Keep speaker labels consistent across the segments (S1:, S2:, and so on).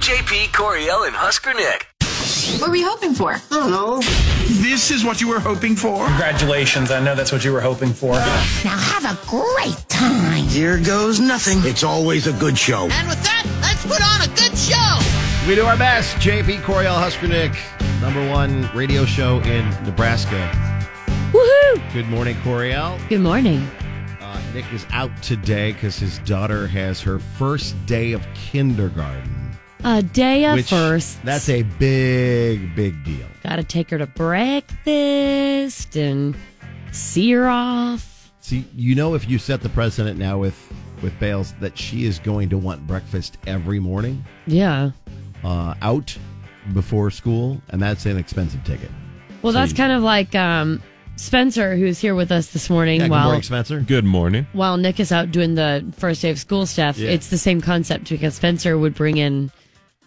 S1: JP, Coriel, and Husker Nick.
S2: What were we hoping for?
S3: This is what you were hoping for?
S4: Congratulations. I know that's what you were hoping for.
S5: Now have a great time.
S6: Here goes nothing.
S7: It's always a good show.
S8: And with that, let's put on a good show.
S9: We do our best. JP Coriel Husker Nick, number one radio show in Nebraska.
S10: Woohoo!
S9: Good morning, Coriel.
S10: Good morning.
S9: Uh, Nick is out today because his daughter has her first day of kindergarten.
S10: A day of
S9: which-
S10: first.
S9: That's a big, big deal.
S10: Gotta take her to breakfast and see her off.
S9: See, you know, if you set the precedent now with with Bales that she is going to want breakfast every morning
S10: Yeah.
S9: uh, out before school, and that's an expensive ticket.
S10: Well, that's
S9: Sweet.
S10: kind of like um, Spencer, who's here with us this morning
S9: Yeah, good
S10: while
S9: morning, Spencer.
S11: Good morning.
S10: while Nick is out doing the first day of school stuff.
S9: Yeah.
S10: It's the same concept because Spencer would bring in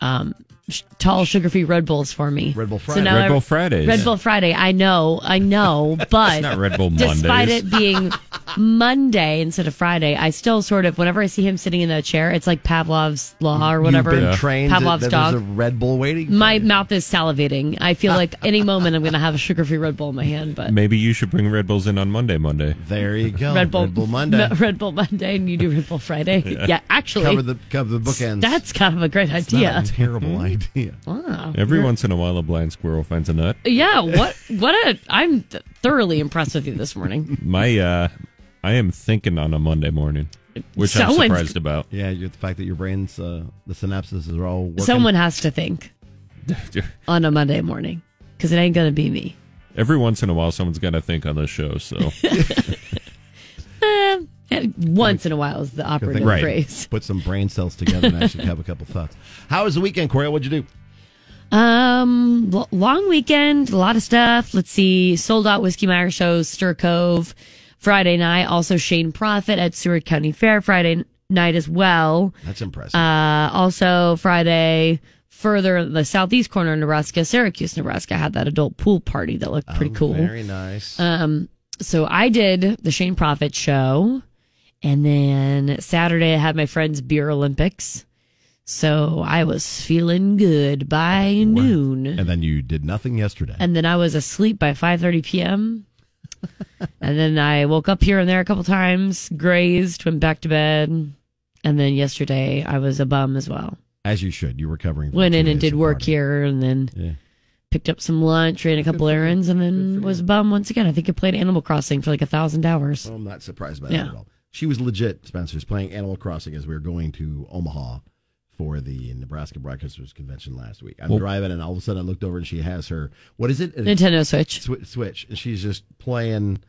S10: um, sh- tall sugar-free Red Bulls for me.
S9: Red Bull
S10: So
S9: Friday.
S10: now
S11: Red
S10: I-
S11: Bull Fridays.
S10: Red Bull Friday. I know, I know, but
S11: It's not Red Bull Mondays.
S10: despite it being Monday instead of Friday, I still sort of whenever I see him sitting in a chair, it's like Pavlov's law or whatever.
S9: You've been trained that-
S10: Pavlov's
S9: that
S10: dog.
S9: there's a Red Bull waiting. for
S10: my
S9: you.
S10: mouth is salivating. I feel like any moment I'm going to have a sugar-free Red Bull in my hand, but
S11: Maybe you should bring Red Bulls in on Monday, Monday.
S9: There you go.
S10: Red Bull,
S9: Monday.
S10: No, Red Bull Monday, and you do Red Bull Friday. yeah. actually,
S9: cover the cover the bookends.
S10: that's Mm-hmm. kind of a great
S9: not
S10: idea.
S9: a terrible idea.
S10: Wow.
S11: Every once in a while, a blind squirrel finds a nut.
S10: Yeah, what? What a! I'm thoroughly impressed with you this morning.
S11: My, uh, I am thinking on a Monday morning, which I'm
S10: Someone's-
S11: surprised about.
S9: Yeah, you- the fact that your brains, uh, the synapses are all working.
S10: Someone has to think. on a Monday morning because it ain't gonna be me.
S11: Every once in a while, someone's got to think on this show. So,
S10: Eh, eh, once in a while is the
S9: Good thing.
S10: operative phrase.
S9: Put some brain cells together and actually have a couple thoughts. How was the weekend, Corey? What'd you do?
S10: Um, l- long weekend, a lot of stuff. Let's see, sold out Whiskey Meyer shows, Stir Cove Friday night. Also Shane Profit at Seward County Fair Friday n- night as well.
S9: That's impressive.
S10: Uh, also Friday. Further in the southeast corner of Nebraska, Syracuse, Nebraska had that adult pool party that looked pretty
S9: Oh,
S10: cool.
S9: Very nice.
S10: Um, so I did the Shane Profit show, and then Saturday I had my friend's beer Olympics. So I was feeling good by noon,
S9: and then you did nothing yesterday.
S10: and then I was asleep by five thirty p.m. and then I woke up here and there a couple times, grazed, went back to bed, and then yesterday I was a bum as well.
S9: As you should. You were recovering. from
S10: Went
S9: two
S10: in and
S9: days
S10: did
S9: of
S10: work
S9: party.
S10: here, and then
S9: Yeah.
S10: picked up some lunch, ran a couple errands, and then was a bum once again. I think I played Animal Crossing for like a thousand hours.
S9: Well, I'm not surprised by
S10: Yeah.
S9: that at all. She was legit, Spencer's playing Animal Crossing as we were going to Omaha for the Nebraska Broadcasters Convention last week. I'm
S11: Well-
S9: driving, and all of a sudden I looked over and she has her, what is it? A
S10: Nintendo Switch.
S9: Swi- Switch. And she's just playing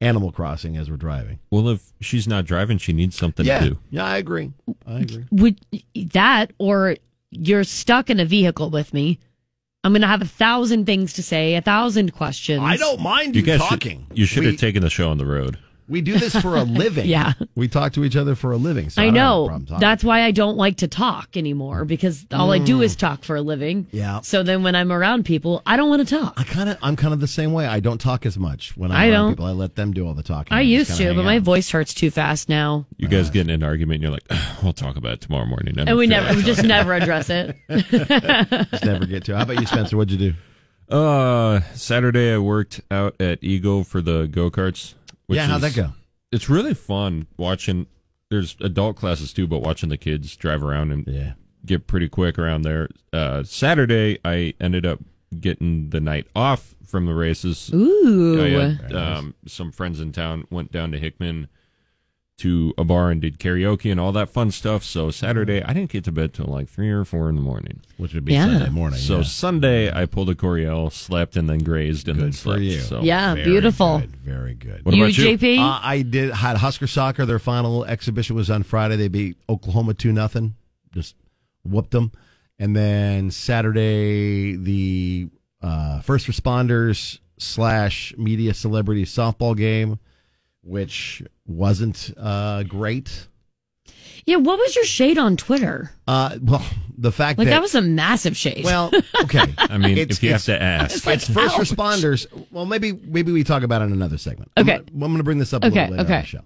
S9: Animal Crossing as we're driving.
S11: well, if she's not driving, she needs something to do.
S9: Yeah, I agree. I agree.
S10: Would that or you're stuck in a vehicle with me? I'm gonna have a thousand things to say, a thousand questions.
S9: I don't mind
S11: You
S9: you,
S11: guys
S9: talking.
S11: should you should
S9: We-
S11: have taken the show on the road.
S9: We do this for a living.
S10: Yeah.
S9: We talk to each other for a living. So I,
S10: I
S9: don't have a
S10: know.
S9: problem talking.
S10: That's why I don't like to talk anymore because all I do is talk for a living.
S9: Hmm. Yeah.
S10: So then when I'm around people, I don't want to talk.
S9: I kind of I'm kind of the same way. I don't talk as much when I'm
S10: I
S9: around
S10: don't.
S9: people. I let them do all the talking.
S10: I
S9: just
S10: used
S9: kinda
S10: to, but
S9: hang
S10: my
S9: out.
S10: voice hurts too fast now,
S11: You
S9: Uh.
S11: guys get in an argument, and you're like, "Ugh, "We'll talk about it tomorrow morning." I don't
S10: and we
S11: feel
S10: never,
S11: like
S10: we just
S11: talking.
S10: never address it.
S9: Oh, Just never get to. How about you, Spencer? What'd you do?
S11: Uh, Saturday I worked out at Eagle for the go karts.
S9: yeah, how'd that go?
S11: It's really fun watching. There's adult classes too, but watching the kids drive around and
S9: Yeah.
S11: get pretty quick around there. Uh, Saturday I ended up getting the night off from the races.
S10: Ooh.
S11: I had, um, some friends in town went down to Hickman to a bar and did karaoke and all that fun stuff. So Saturday I didn't get to bed till like three or four in the morning.
S9: Which would be
S10: Yeah.
S9: Sunday morning.
S11: So
S9: yeah.
S11: Sunday I pulled a Coriel, slept, and then grazed and then
S9: good
S11: slept.
S9: for you.
S11: So
S10: Yeah,
S9: Oh, Very
S10: beautiful.
S9: good, very good.
S11: What
S10: you,
S11: about you?
S10: JP?
S9: Uh, I did had Husker soccer. Their final exhibition was on Friday. They beat Oklahoma two nothing. Just whooped them. And then Saturday, the uh, first responders slash media celebrity softball game, which wasn't uh, great.
S10: yeah. What was your shade on Twitter?
S9: Uh, well, the fact
S10: Like
S9: that
S10: that was a massive shade.
S9: well, okay.
S11: I mean,
S9: It's-
S11: if you have
S9: it's-
S11: to ask,
S9: it's first responders. Well, maybe maybe we talk about it in another segment. I'm
S10: Okay.
S9: gonna- I'm going to bring this up a
S10: Okay,
S9: little later on
S10: okay.
S9: the show.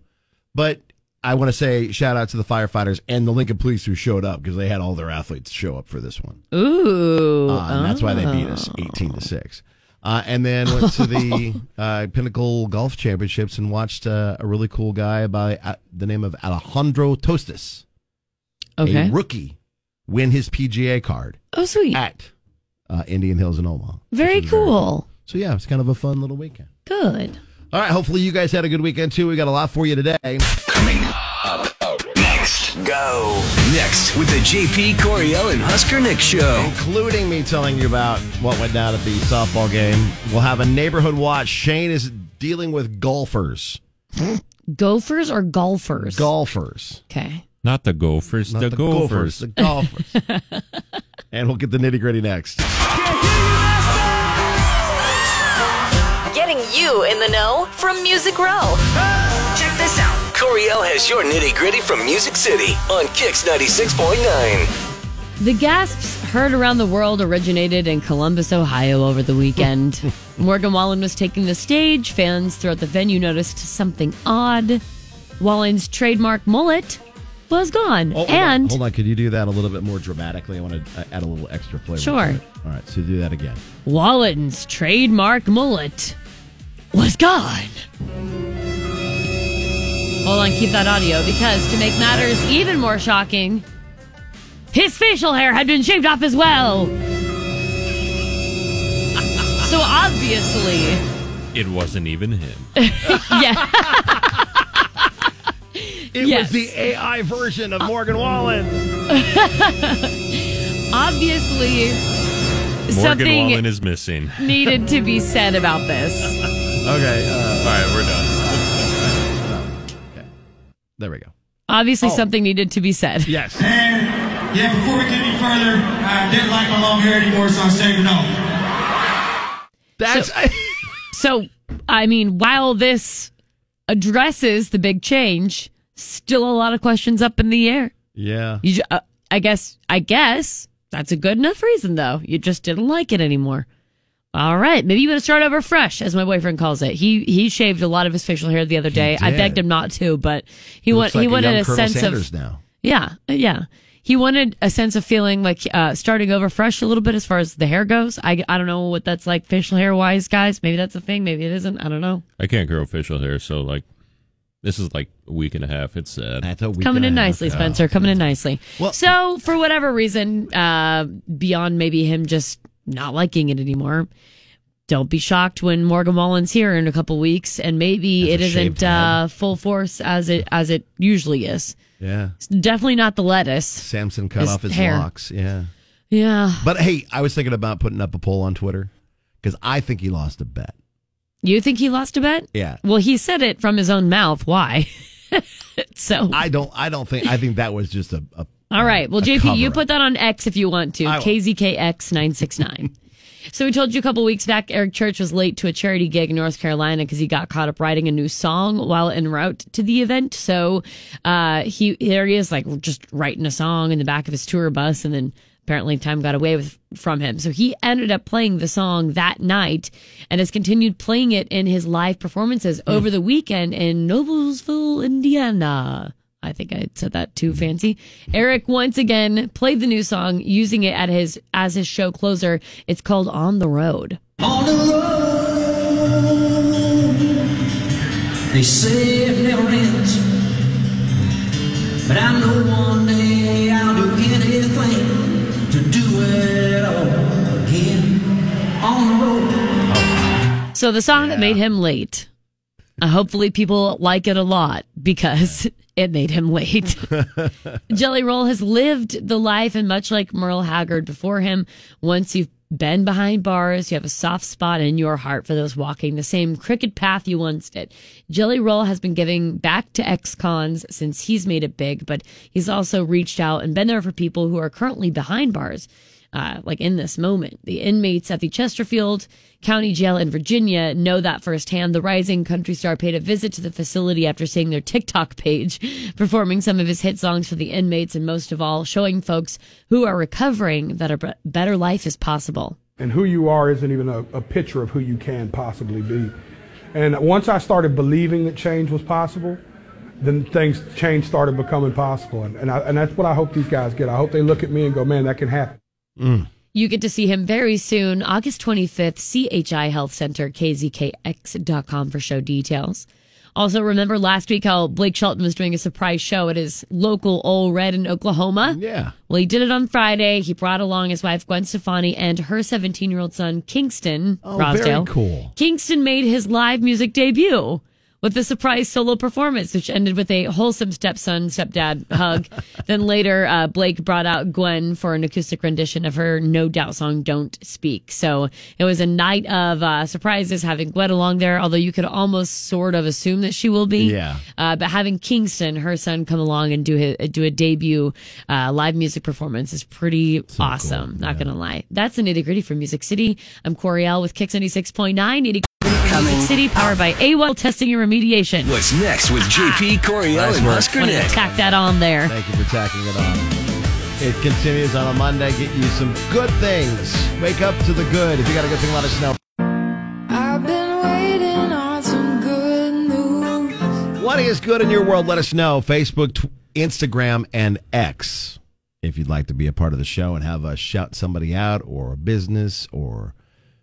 S9: But I want to say shout out to the firefighters and the Lincoln Police who showed up because they had all their athletes show up for this one.
S10: Ooh. Ah, Oh.
S9: Uh, and that's why they beat us 18 to 6. Uh, and then went to the uh, Pinnacle Golf Championships and watched uh, a really cool guy by uh, the name of Alejandro Tostes,
S10: Okay.
S9: a rookie, win his PGA card
S10: Oh, sweet.
S9: at uh, Indian Hills in Omaha. which
S10: Very
S9: was
S10: cool.
S9: So, yeah, it's kind of a fun little weekend.
S10: Good.
S9: All right, hopefully you guys had a good weekend too. We got a lot for you today.
S1: Go. Next with the JP Coriel and Husker Nick show.
S9: including me telling you about what went down at the softball game. We'll have a neighborhood watch. Shane is dealing with golfers.
S10: Gophers or golfers?
S9: Golfers.
S10: okay.
S11: Not the Gophers,
S9: Not
S11: the, Gophers.
S9: The golfers. and we'll get the nitty gritty next. Oh,
S6: Getting you in the know from Music Row.
S8: Check this out.
S1: Coriel has your nitty gritty from Music City on Kix 96.9.
S10: The gasps heard around the world originated in Columbus, Ohio over the weekend. Morgan Wallen was taking the stage. Fans throughout the venue noticed something odd. Wallen's trademark mullet was gone.
S9: Oh, hold
S10: and
S9: on, hold on, could you do that a little bit more dramatically? I want to uh, add a little extra flavor. to
S10: Sure.
S9: it. All right, so do that again.
S10: Wallen's trademark mullet was gone. Hold on, keep that audio because to make matters even more shocking, his facial hair had been shaved off as well. So obviously,
S11: It wasn't even him.
S10: yeah,
S9: It
S10: Yes.
S9: was the AI version of Morgan Wallen.
S10: obviously
S11: Morgan
S10: something
S11: Wallen is missing.
S10: needed to be said about this.
S9: Okay, uh,
S11: All right, we're done.
S9: there we go.
S10: Obviously, something needed to be said.
S9: Yes.
S7: And yeah, before we get any further, I didn't like my long hair anymore, so I'm shaving it off.
S9: That's
S10: So, I mean, while this addresses the big change, still a lot of questions up in the air.
S9: Yeah.
S10: You, ju- uh, I guess, I guess that's a good enough reason, though. You just didn't like it anymore. All right, maybe you want to start over fresh, as my boyfriend calls it. He he shaved a lot of his facial hair the other day. I
S9: did.
S10: begged him not to, but he
S9: Looks
S10: want, he
S9: like
S10: wanted
S9: young
S10: a
S9: Colonel
S10: sense
S9: Sanders
S10: of
S9: now.
S10: yeah, yeah. He wanted a sense of feeling like uh, starting over fresh a little bit as far as the hair goes. I, I don't know what that's like facial hair wise, guys. Maybe that's a thing. Maybe it isn't. I don't know.
S11: I can't grow facial hair, so like, this is like a week and a half. It's sad.
S9: That's a week
S10: coming
S9: and a
S10: in
S9: half
S10: nicely,
S9: ago.
S10: Spencer. Coming in nicely.
S9: Well-
S10: so for whatever reason, uh, beyond maybe him just not liking it anymore, don't be shocked when Morgan Wallen's here in a couple weeks, and
S9: Has
S10: maybe it
S9: a shaved
S10: isn't
S9: head.
S10: uh, full force as it as it usually is.
S9: Uh, Yeah.
S10: It's definitely not the lettuce.
S9: Samson cut
S10: His
S9: off his
S10: hair.
S9: locks. Yeah.
S10: Yeah,
S9: But hey, I was thinking about putting up a poll on Twitter because I think he lost a bet.
S10: you think he lost a bet?
S9: Yeah.
S10: Well, he said it from his own mouth. Why? so,
S9: I don't. I don't think. I think that was just a. a
S10: all right. Well,
S9: a
S10: JP, you
S9: cover-up.
S10: put that on X if you want to.
S9: I will.
S10: KZKX969. so, we told you a couple weeks back Eric Church was late to a charity gig in North Carolina because he got caught up writing a new song while en route to the event. So, uh, he there he is, like just writing a song in the back of his tour bus, and then apparently time got away with from him. So he ended up playing the song that night and has continued playing it in his live performances
S9: Hmm.
S10: over the weekend in Noblesville, Indiana. I think I said that too fancy. Eric once again played the new song using it at his as his show closer. It's called On the Road.
S7: On the road, they say it never ends. But I know one day I'll do anything to do it all again. On the road,
S10: So the song that made him late. Uh, hopefully people like it a lot because it made him late. Jelly Roll has lived the life and much like Merle Haggard before him, once you've been behind bars, you have a soft spot in your heart for those walking the same crooked path you once did. Jelly Roll has been giving back to ex-cons since he's made it big, but he's also reached out and been there for people who are currently behind bars uh, like in this moment. The inmates at the Chesterfield County Jail in Virginia know that firsthand. The rising country star paid a visit to the facility after seeing their TikTok page, performing some of his hit songs for the inmates, and most of all, showing folks who are recovering that a b- better life is possible.
S7: and who you are isn't even a, a picture of who you can possibly be. And once I started believing that change was possible,
S12: then things change started becoming possible, and and, I, and that's what I hope these guys get. I hope they look at me and go, man, that can happen.
S10: You get to see him very soon, August 25th, CHI Health Center, kzkx.com for show details. Also, remember last week how Blake Shelton was doing a surprise show at his local Ole Red in Oklahoma?
S9: Yeah.
S10: Well, he did it on Friday. He brought along his wife, Gwen Stefani, and her 17 year old son, Kingston
S9: Oh,
S10: Rosdale.
S9: very cool.
S10: Kingston made his live music debut with a surprise solo performance, which ended with a wholesome stepson stepdad hug. then later, uh, Blake brought out Gwen for an acoustic rendition of her No Doubt song "Don't Speak." So it was a night of uh, surprises, having Gwen along there. Although you could almost sort of assume that she will be,
S9: Yeah.
S10: Uh, but having Kingston, her son, come along and do his, do a debut uh, live music performance is pretty awesome. Not gonna lie, that's the nitty gritty from Music City. I'm Coriel with Kix ninety six point nine. Nitty Music City, powered by AWOL testing and remediation.
S1: What's next with JP Coriel and Husker
S10: Wanted to
S1: Nick?
S10: Tack that on there.
S9: Thank you for tacking it on. It continues on a Monday. Get you some good things. Wake up to the good. If you got a good thing, let us know.
S13: I've been waiting on some good news.
S9: What is good in your world? Let us know. Facebook, tw- Instagram, and X. If you'd like to be a part of the show and have us shout somebody out or a business or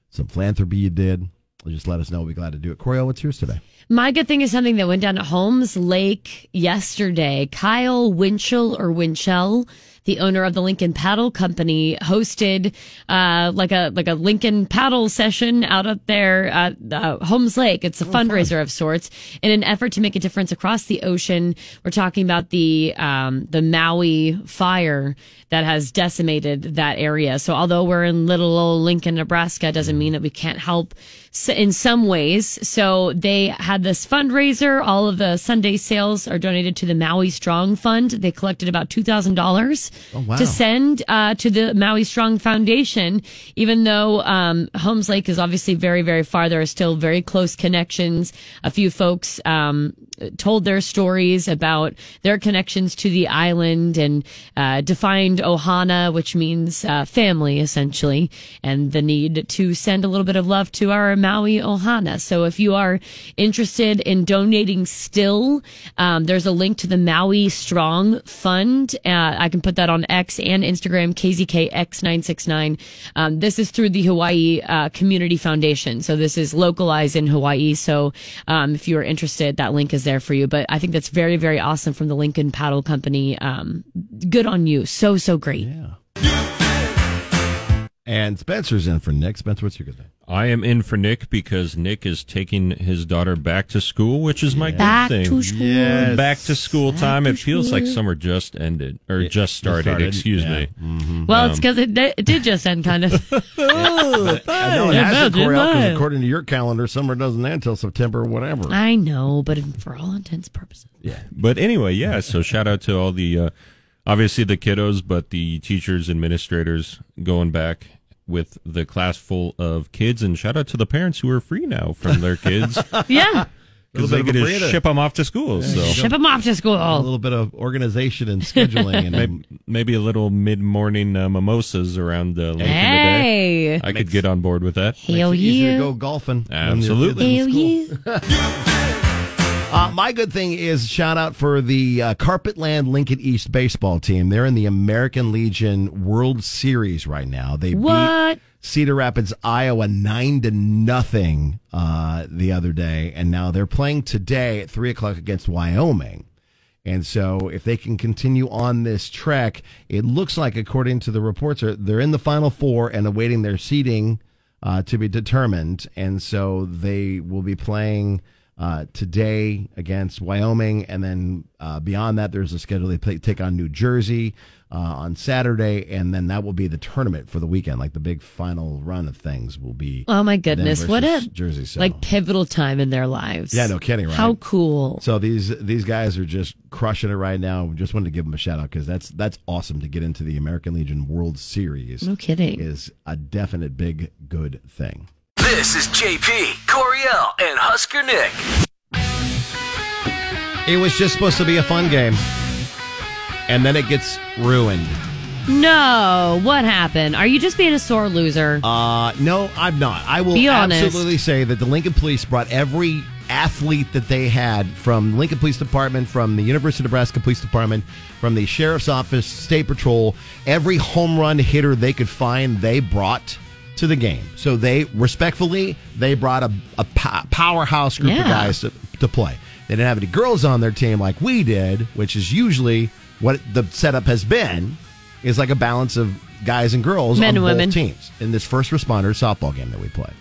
S9: some philanthropy you did, just let us know. We'll be glad to do it. Coriel, what's yours today?
S10: My good thing is something that went down at Holmes Lake yesterday. Kyle Winchell or Winchell, the owner of the Lincoln Paddle Company, hosted uh, like a like a Lincoln paddle session out at there at uh, Holmes Lake. It's a fundraiser of sorts in an effort to make a difference across the ocean. We're talking about the um, the Maui fire that has decimated that area. So although we're in little old Lincoln, Nebraska, doesn't mean that we can't help s- in some ways. So they had this fundraiser. All of the Sunday sales are donated to the Maui Strong Fund. They collected about two thousand dollars
S14: Oh, wow.
S10: to send uh, to the Maui Strong Foundation. Even though um, Holmes Lake is obviously very very far, there are still very close connections. A few folks um, told their stories about their connections to the island and uh, defined Ohana, which means uh, family essentially, and the need to send a little bit of love to our Maui Ohana. So if you are interested in donating still, um, there's a link to the Maui Strong Fund. Uh, I can put that on X and Instagram, KZKX969. Um, this is through the Hawaii uh, Community Foundation. So this is localized in Hawaii. So um, if you are interested, that link is there for you. But I think that's very, very awesome from the Lincoln Paddle Company. Um, good on you. So, so great.
S9: And Spencer's in for Nick. Spencer, what's your good thing?
S11: I am in for Nick because Nick is taking his daughter back to school, which is my
S14: Back
S11: good thing.
S14: to school. Yes.
S11: Back to school
S14: Back
S11: time.
S14: to
S11: it feels like
S14: school.
S11: summer just ended or just started.
S9: started,
S11: Excuse
S9: yeah.
S11: me.
S10: Well,
S11: Um,
S10: it's because it, it did just end kind of. oh,
S9: I know it has to, Coriel, 'cause according to your calendar, summer doesn't end until September or whatever.
S10: I know, but for all intents and purposes.
S11: Yeah. But anyway, yeah. So shout out to all the, uh, obviously the kiddos, but the teachers, administrators going back with the class full of kids, and shout out to the parents who are free now from their kids
S10: Yeah.
S11: because
S9: Little
S11: they
S9: bit of
S11: could
S9: a
S11: just
S9: breather.
S11: ship them off to school. so
S10: Ship them off to school.
S9: A little bit of organization and scheduling. and
S11: maybe, maybe a little mid-morning uh, mimosas around uh, late
S10: Hey.
S11: in the day. I could get on board with that.
S10: Hell
S9: Makes it easier to
S10: yeah.
S9: go golfing.
S11: Absolutely.
S10: Hell yeah.
S9: Uh, my good thing is shout out for the uh, Carpetland Lincoln East baseball team. They're in the American Legion World Series right now. They
S10: What?
S9: beat Cedar Rapids, Iowa, nine to nothing uh, the other day, and now they're playing today at three o'clock against Wyoming. And so, if they can continue on this track, it looks like, according to the reports, are- they're in the final four and awaiting their seeding uh, to be determined. And so, they will be playing uh, today against Wyoming. And then, uh, beyond that, there's a schedule they play, take on New Jersey uh, on Saturday. And then that will be the tournament for the weekend. Like the big final run of things will be.
S10: Oh my goodness!
S9: them
S10: What a
S9: versus Jersey. So.
S10: like pivotal time in their lives.
S9: Yeah, no kidding, right?
S10: How cool!
S9: So these these guys are just crushing it right now. Just wanted to give them a shout out because that's that's awesome to get into the American Legion World Series.
S10: No kidding.
S9: is a definite big good thing.
S1: This is JP Coriel and Husker Nick.
S9: It was just supposed to be a fun game, and then it gets ruined.
S10: No, what happened? Are you just being a sore loser?
S9: Uh, no, I'm not. I will
S10: Be honest.
S9: absolutely say that the Lincoln Police brought every athlete that they had from Lincoln Police Department, from the University of Nebraska Police Department, from the Sheriff's Office, State Patrol, every home run hitter they could find, they brought to the game. So they respectfully they brought a, a po- powerhouse group of
S14: Yeah.
S9: guys to, to play. They didn't have any girls on their team like we did, which is usually what the setup has been. Is like a balance of guys and girls
S10: Men
S9: on
S10: and
S9: both
S10: women.
S9: teams in this first responder softball game that we play.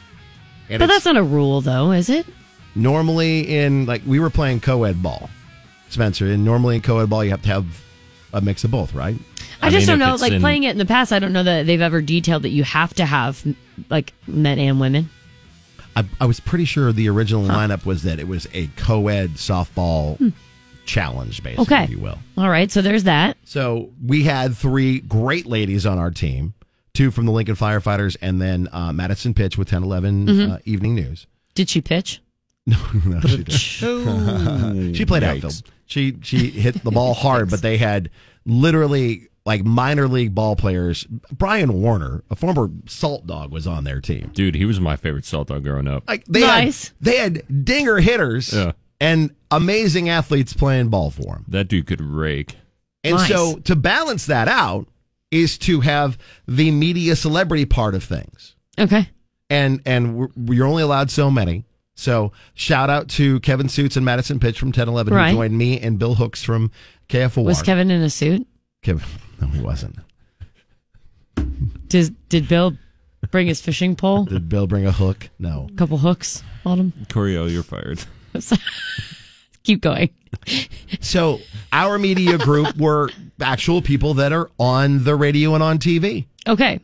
S9: And
S10: but
S9: it's-
S10: that's not a rule, though, is it?
S9: normally in like we were playing co-ed ball spencer and normally in co-ed ball you have to have a mix of both right
S10: I, just don't know. Like playing it in the past, I don't know that they've ever detailed that you have to have like men and women.
S9: I, I was pretty sure the original lineup was that it was a co-ed softball challenge basically
S10: Hmm. Okay.
S9: if you will
S10: All right, so there's that.
S9: so we had three great ladies on our team two from the lincoln firefighters and then uh, madison pitch with 1011
S10: Mhm.
S9: uh, evening news
S10: Did she pitch?
S9: No, she didn't. she played
S10: Yikes.
S9: outfield. She she hit the ball hard, but they had literally like minor league ball players. Brian Warner, a former salt dog, was on their team.
S11: Dude, he was my favorite salt dog growing up.
S9: Like they
S10: Nice.
S9: had, they had dinger hitters
S11: Yeah.
S9: and amazing athletes playing ball for him.
S11: That dude could rake.
S9: And
S11: Nice.
S9: so to balance that out is to have the media celebrity part of things.
S10: Okay.
S9: And and we're, you're only allowed so many. So shout out to Kevin Suits and Madison Pitch from 1011
S10: Right.
S9: who joined me and Bill Hooks from KFOR.
S10: Was Kevin in a suit?
S9: Kevin? No, he wasn't.
S10: Did did Bill bring his fishing pole?
S9: Did Bill bring a hook? No.
S10: A couple hooks on him.
S11: Corey, oh, you're fired.
S10: Keep going.
S9: So our media group were actual people that are on the radio and on TV.
S10: Okay.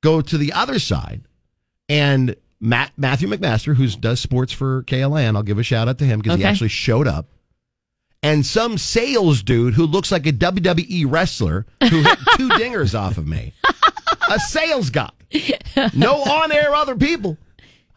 S9: Go to the other side, and Matt Matthew McMaster, who does sports for KLN, I'll give a shout out to him because he
S15: Okay.
S9: actually showed up. And some sales dude who looks like a WWE wrestler who hit two dingers off of me. A sales guy. No on air other people.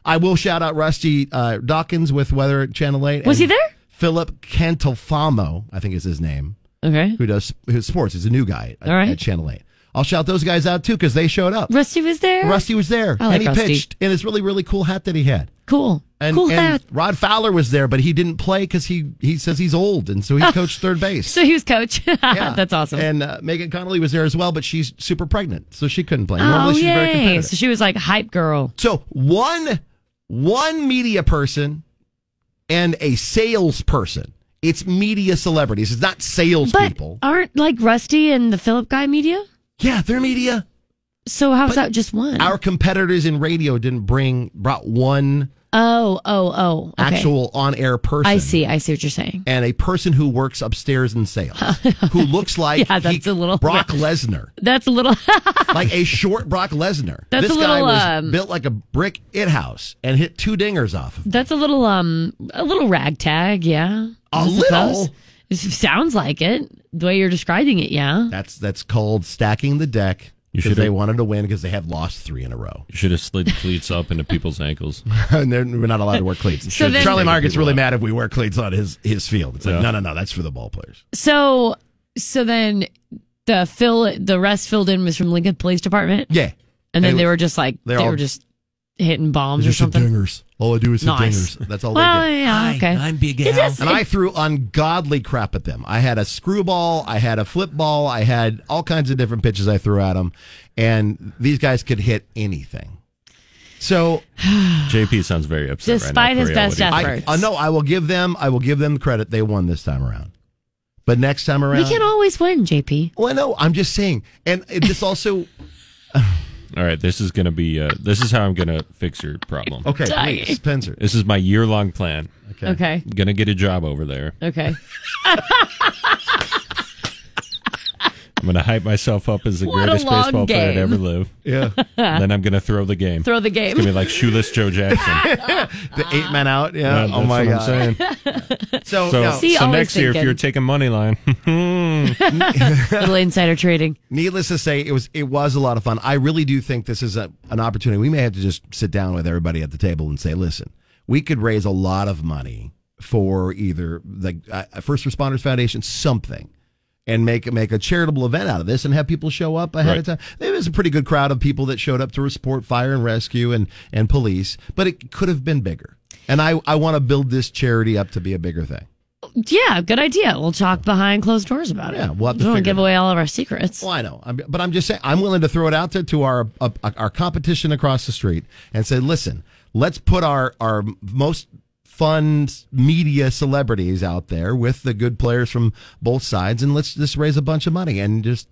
S9: I will shout out Rusty uh, Dawkins with Weather Channel 8.
S10: Was
S9: and
S10: he there?
S9: Philip Cantalfamo, I think is his name.
S10: Okay.
S9: Who does who's sports. He's a new guy at,
S10: All right.
S9: at Channel 8. I'll shout those guys out too because they showed up.
S10: Rusty was there.
S9: Rusty was there.
S10: I like
S9: and he
S10: Rusty.
S9: pitched in this really, really cool hat that he had.
S10: Cool.
S9: And,
S10: cool
S9: and
S10: hat.
S9: Rod Fowler was there, but he didn't play because he, he says he's old, and so he coached third base.
S10: Oh. So he was coach. That's awesome.
S9: And uh, Megan Connolly was there as well, but she's super pregnant, so she couldn't play.
S10: oh
S9: Normally, she's very
S10: yay!
S9: competitive.
S10: So she was like hype girl.
S9: So one one media person and a salesperson. It's media celebrities. It's not salespeople.
S10: Aren't like Rusty and the Philip guy media?
S9: Yeah, they're media.
S10: So how's that just one?
S9: Our competitors in radio didn't bring brought one
S10: oh, oh, oh. okay.
S9: actual on air person.
S10: I see. I see what you're saying.
S9: And a person who works upstairs in sales, who looks like
S10: Yeah, that's
S9: he-
S10: a little-
S9: Brock Lesnar,
S10: That's a little.
S9: like a short Brock Lesnar.
S10: That's
S9: this
S10: a little,
S9: guy was
S10: um,
S9: built like a brick it house and hit two dingers off. of
S10: that's a little. Um, a little ragtag. Yeah.
S9: A
S10: I
S9: little?
S10: suppose. It sounds like it. The way you're describing it. Yeah.
S9: That's that's called stacking the deck. Because
S11: should've-
S9: they wanted to win because they have lost three in a row.
S11: You should have slid cleats up into people's ankles.
S9: and they're, we're not allowed to wear cleats.
S10: So then-
S9: Charlie Meyer gets really mad if we wear cleats on his his field. It's like,
S11: Yeah.
S9: no, no, no, that's for the ball players.
S10: So, so then the fill the rest filled in was from Lincoln Police Department.
S9: Yeah.
S10: And then
S9: They-
S10: they, were just like they
S9: they're all-
S10: were just hitting bombs or
S9: Just hit
S10: something.
S9: dingers. All I do is hit
S10: Nice.
S9: dingers. That's all
S10: Well,
S9: they do.
S10: yeah, Hi, okay. I'm Big It Al. just-
S9: and I threw ungodly crap at them. I had a screwball. I had a flip ball. I had all kinds of different pitches I threw at them. And these guys could hit anything. So
S11: JP sounds very upset. right
S10: Despite
S11: now,
S10: his
S11: Corey, I
S10: best
S11: would-
S10: efforts.
S9: I, uh, no, I will give them. I will give them credit. They won this time around. But next time around,
S10: We can always win, JP.
S9: Well, no, I'm just saying, and it- this also.
S11: All right, this is gonna be. Uh, this is how I'm gonna fix your problem.
S9: Okay, please, Spencer.
S11: This is my year long plan.
S9: Okay.
S10: Okay.
S11: Gonna get a job over there.
S10: Okay.
S11: I'm gonna hype myself up as the
S10: What a
S11: greatest
S10: long
S11: baseball
S10: game.
S11: player to ever live.
S9: Yeah.
S11: then I'm gonna throw the game.
S10: Throw the
S11: It's
S10: game.
S11: gonna be like shoeless Joe Jackson.
S9: the eight men out. Yeah.
S11: Yeah,
S9: oh
S11: that's
S9: my
S11: what I'm
S9: god.
S11: saying.
S9: So,
S11: So,
S9: no.
S11: so next year, if you're taking money line,
S10: little insider trading.
S9: Needless to say, it was it was a lot of fun. I really do think this is a, an opportunity. We may have to just sit down with everybody at the table and say, listen, we could raise a lot of money for either the uh, First Responders Foundation, something, and make make a charitable event out of this, and have people show up ahead of
S11: Right.
S9: time. There was a pretty good crowd of people that showed up to support fire and rescue and and police, but it could have been bigger. And I, I want to build this charity up to be a bigger thing.
S10: Yeah, good idea. We'll talk behind closed doors about it.
S9: Yeah, we'll have to
S10: We don't
S9: figure
S10: give
S9: it
S10: away all of our secrets.
S9: Well, I know, I'm, but I'm just saying I'm willing to throw it out to to our uh, our competition across the street and say, listen, let's put our our most fun media celebrities out there with the good players from both sides, and let's just raise a bunch of money and just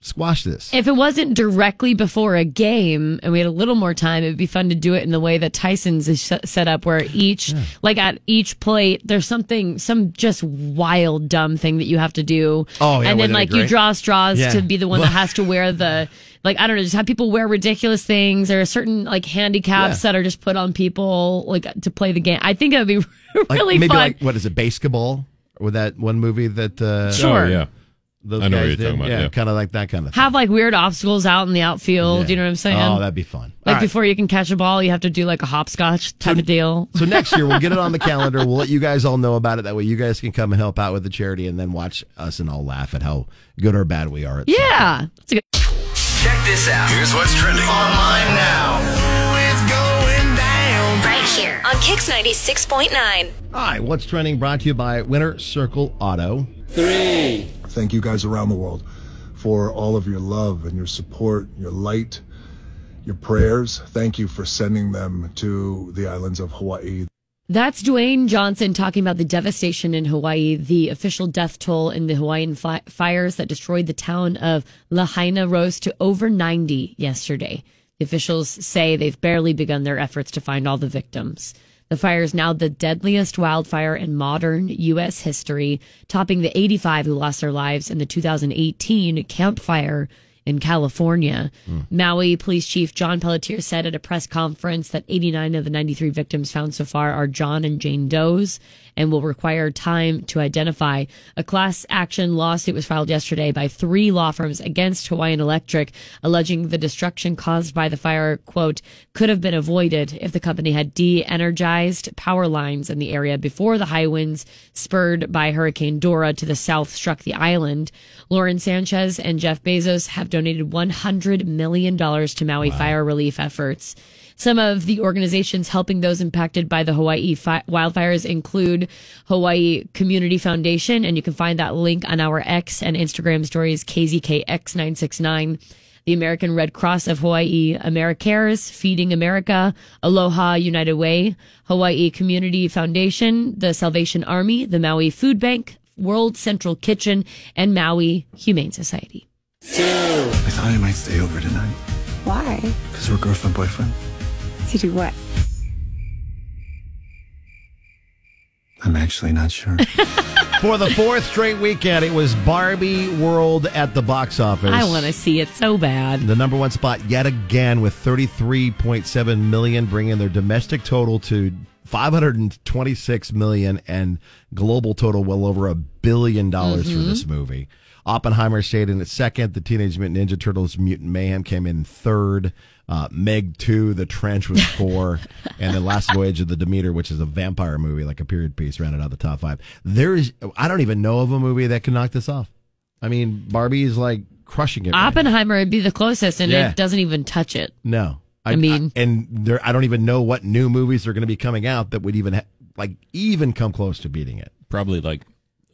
S9: squash this.
S10: If it wasn't directly before a game and we had a little more time, it'd be fun to do it in the way that Tyson's is sh- set up, where each, like at each plate, there's something, some just wild, dumb thing that you have to do.
S14: Oh, yeah,
S10: And
S14: wouldn't
S10: then,
S14: it be
S10: like, you
S14: great?
S10: draw straws
S14: Yeah.
S10: to be the one
S14: Well-
S10: that has to wear the, like, I don't know, just have people wear ridiculous things or certain, like, handicaps
S9: Yeah.
S10: that are just put on people, like, to play the game. I think it would be
S9: Like,
S10: really
S9: maybe
S10: fun.
S9: like what is it, basketball? Or that one movie that uh,
S10: Sure. Oh, yeah.
S9: Those
S11: I know what
S9: guys
S11: you're
S9: did?
S11: talking about, yeah.
S9: kind of like that kind of.
S10: have like weird obstacles out in the outfield. You know what I'm saying?
S9: Oh, that'd be fun.
S10: Like
S9: All right.
S10: before you can catch a ball, you have to do like a hopscotch type of deal.
S9: So next year we'll get it on the calendar. We'll let you guys all know about it. That way you guys can come and help out with the charity, and then watch us and all laugh at how good or bad we are. At
S10: yeah, that's a good.
S8: Check this out.
S1: Here's what's trending
S8: online now. It's going down.
S6: Right here on Kix 96.9.
S9: Hi, what's trending? Brought to you by Winter Circle Auto.
S15: Three. Thank you guys around the world for all of your love and your support, your light, your prayers. Thank you for sending them to the islands of Hawaii.
S10: That's Dwayne Johnson talking about the devastation in Hawaii, the official death toll in the Hawaiian fi- fires that destroyed the town of Lahaina rose to over 90 yesterday. The officials say they've barely begun their efforts to find all the victims. The fire is now the deadliest wildfire in modern U.S. history, topping the 85 who lost their lives in the 2018 Camp Fire in California. Maui Police Chief John Pelletier said at a press conference that 89 of the 93 victims found so far are John and Jane Doe's and will require time to identify. A class action lawsuit was filed yesterday by three law firms against Hawaiian Electric, alleging the destruction caused by the fire, quote, could have been avoided if the company had de energized power lines in the area before the high winds spurred by Hurricane Dora to the south struck the island. Lauren Sanchez and Jeff Bezos have donated $100 million to Maui fire relief efforts. Some of the organizations helping those impacted by the Hawaii fi- wildfires include Hawaii Community Foundation, and you can find that link on our X and Instagram stories, KZKX969. The American Red Cross of Hawaii, AmeriCares, Feeding America, Aloha United Way, Hawaii Community Foundation, the Salvation Army, the Maui Food Bank, World Central Kitchen, and Maui Humane Society.
S15: I thought I might stay over tonight
S13: Why?
S15: because we're girlfriend boyfriend.
S13: To do what?
S15: I'm actually not sure.
S9: For the fourth straight weekend, it was Barbie World at the box office.
S10: I want to see it so bad.
S9: The number one spot yet again with 33.7 million, bringing their domestic total to 526 million and global total well over a billion dollars for
S16: Mhm.
S9: this movie. Oppenheimer stayed in at second. The Teenage Mutant Ninja Turtles Mutant Mayhem came in third. Uh, Meg 2, The Trench was four. and The Last Voyage of the Demeter, which is a vampire movie, like a period piece, rounded out the top five. There is, I don't even know of a movie that can knock this off. I mean, Barbie is like crushing it. right
S10: Oppenheimer would be the closest, and
S9: Yeah.
S10: it doesn't even touch it.
S9: no, I,
S10: mean-
S9: I- and there, I don't even know what new movies are going to be coming out that would even ha- like even come close to beating it.
S11: Probably like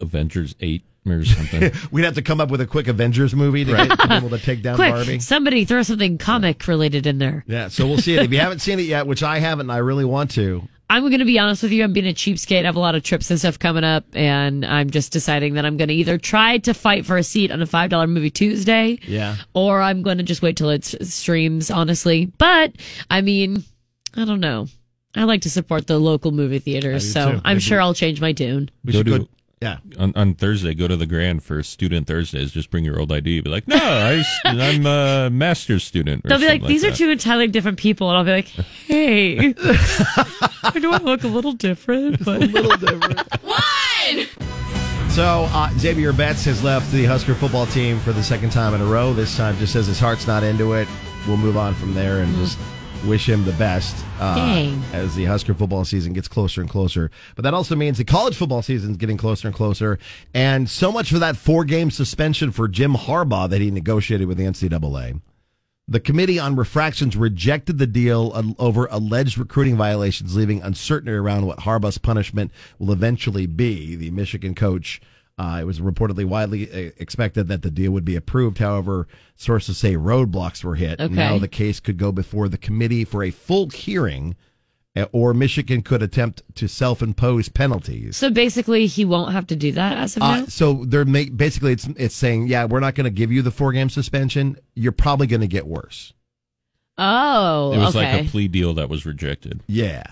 S11: Avengers 8 or something.
S9: We'd have to come up with a quick Avengers movie to get, to be able to take down
S10: Quick,
S9: Barbie.
S10: somebody throw something comic related in there.
S9: Yeah, so we'll see it. If you haven't seen it yet, which I haven't, and I really want to.
S10: I'm going to be honest with you. I'm being a cheapskate. I have a lot of trips and stuff coming up, and I'm just deciding that I'm going to either try to fight for a seat on a $5 movie Tuesday,
S9: Yeah.
S10: or I'm going to just wait till it s- streams, honestly. But, I mean, I don't know. I like to support the local movie
S11: I
S10: theaters,
S11: do
S10: so
S11: too.
S10: I'm
S11: Maybe-
S10: sure I'll change my tune.
S11: Go to-
S9: yeah.
S11: On, on Thursday, go to the Grand for Student Thursdays. Just bring your old ID. Be like, no, I, am a master's student. or
S10: They'll be like,
S11: something
S10: these are
S11: that."
S10: two entirely different people. And I'll be like, hey, I do I look a little different? But
S9: So uh, Xavier Betts has left the Husker football team for the second time in a row. This time, just says his heart's not into it. We'll move on from there and just wish him the best uh,
S10: Dang.
S9: as the Husker football season gets closer and closer. But that also means the college football season is getting closer and closer. And so much for that four-game suspension for Jim Harbaugh that he negotiated with the NCAA The Committee on Refractions rejected the deal al- over alleged recruiting violations, leaving uncertainty around what Harbaugh's punishment will eventually be. The Michigan coach. Uh, it was reportedly widely uh, expected that the deal would be approved. However, sources say roadblocks were hit.
S14: Okay.
S9: Now the case could go before the committee for a full hearing, uh, or Michigan could attempt to self impose penalties.
S10: So basically, he won't have to do that as of
S9: Uh,
S10: now.
S9: so they're ma- basically it's it's saying, yeah, we're not going to give you the four game suspension. You're probably going to get worse.
S10: Oh,
S11: it was
S10: okay.
S11: like a plea deal that was rejected.
S9: Yeah.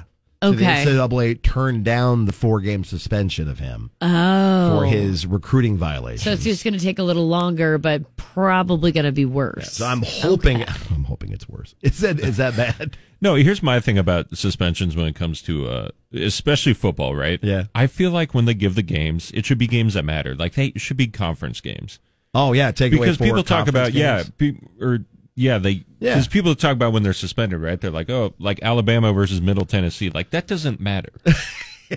S9: So the
S10: Okay.
S9: NCAA turned down the four game suspension of him
S10: oh,
S9: for his recruiting violation.
S10: So it's just going to take a little longer, but probably going to be worse.
S9: So I'm hoping I'm hoping it's worse. Is that is that bad?
S11: No, here's my thing about suspensions when it comes to uh especially football, right? Yeah. I feel like when they give the games, it should be games that matter. Like they should be conference games.
S9: Oh yeah, take away
S11: because
S9: four
S11: people talk about
S9: conference
S11: yeah,
S9: games.
S11: pe- or yeah, they
S9: Yeah.
S11: because people talk about when they're suspended, right? They're like, "Oh, like Alabama versus Middle Tennessee." Like that doesn't matter.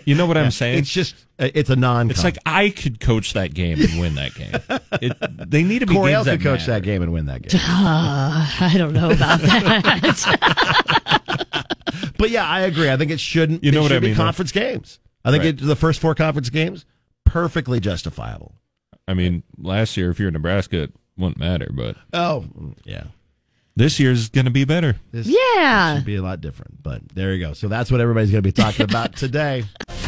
S11: You know what
S9: Yeah,
S11: I'm saying?
S9: it's just uh, it's a non.
S11: It's like I could coach that game and win that game. It, they need to be
S9: Corey
S11: games that
S9: could coach
S11: matter.
S9: that game and win that game.
S10: Duh, I don't know about that.
S9: But yeah, I agree. I think it shouldn't.
S11: You know
S9: it
S11: what
S9: should
S11: I
S9: be
S11: mean, though.
S9: Conference games. I think
S11: Right.
S9: it, the first four conference games perfectly justifiable.
S11: I mean, last year if you're Nebraska, it wouldn't matter, but
S9: Oh yeah.
S11: this year's going to be better.
S9: This
S10: Yeah.
S9: should be a lot different. But there you go. So that's what everybody's going to be talking about today.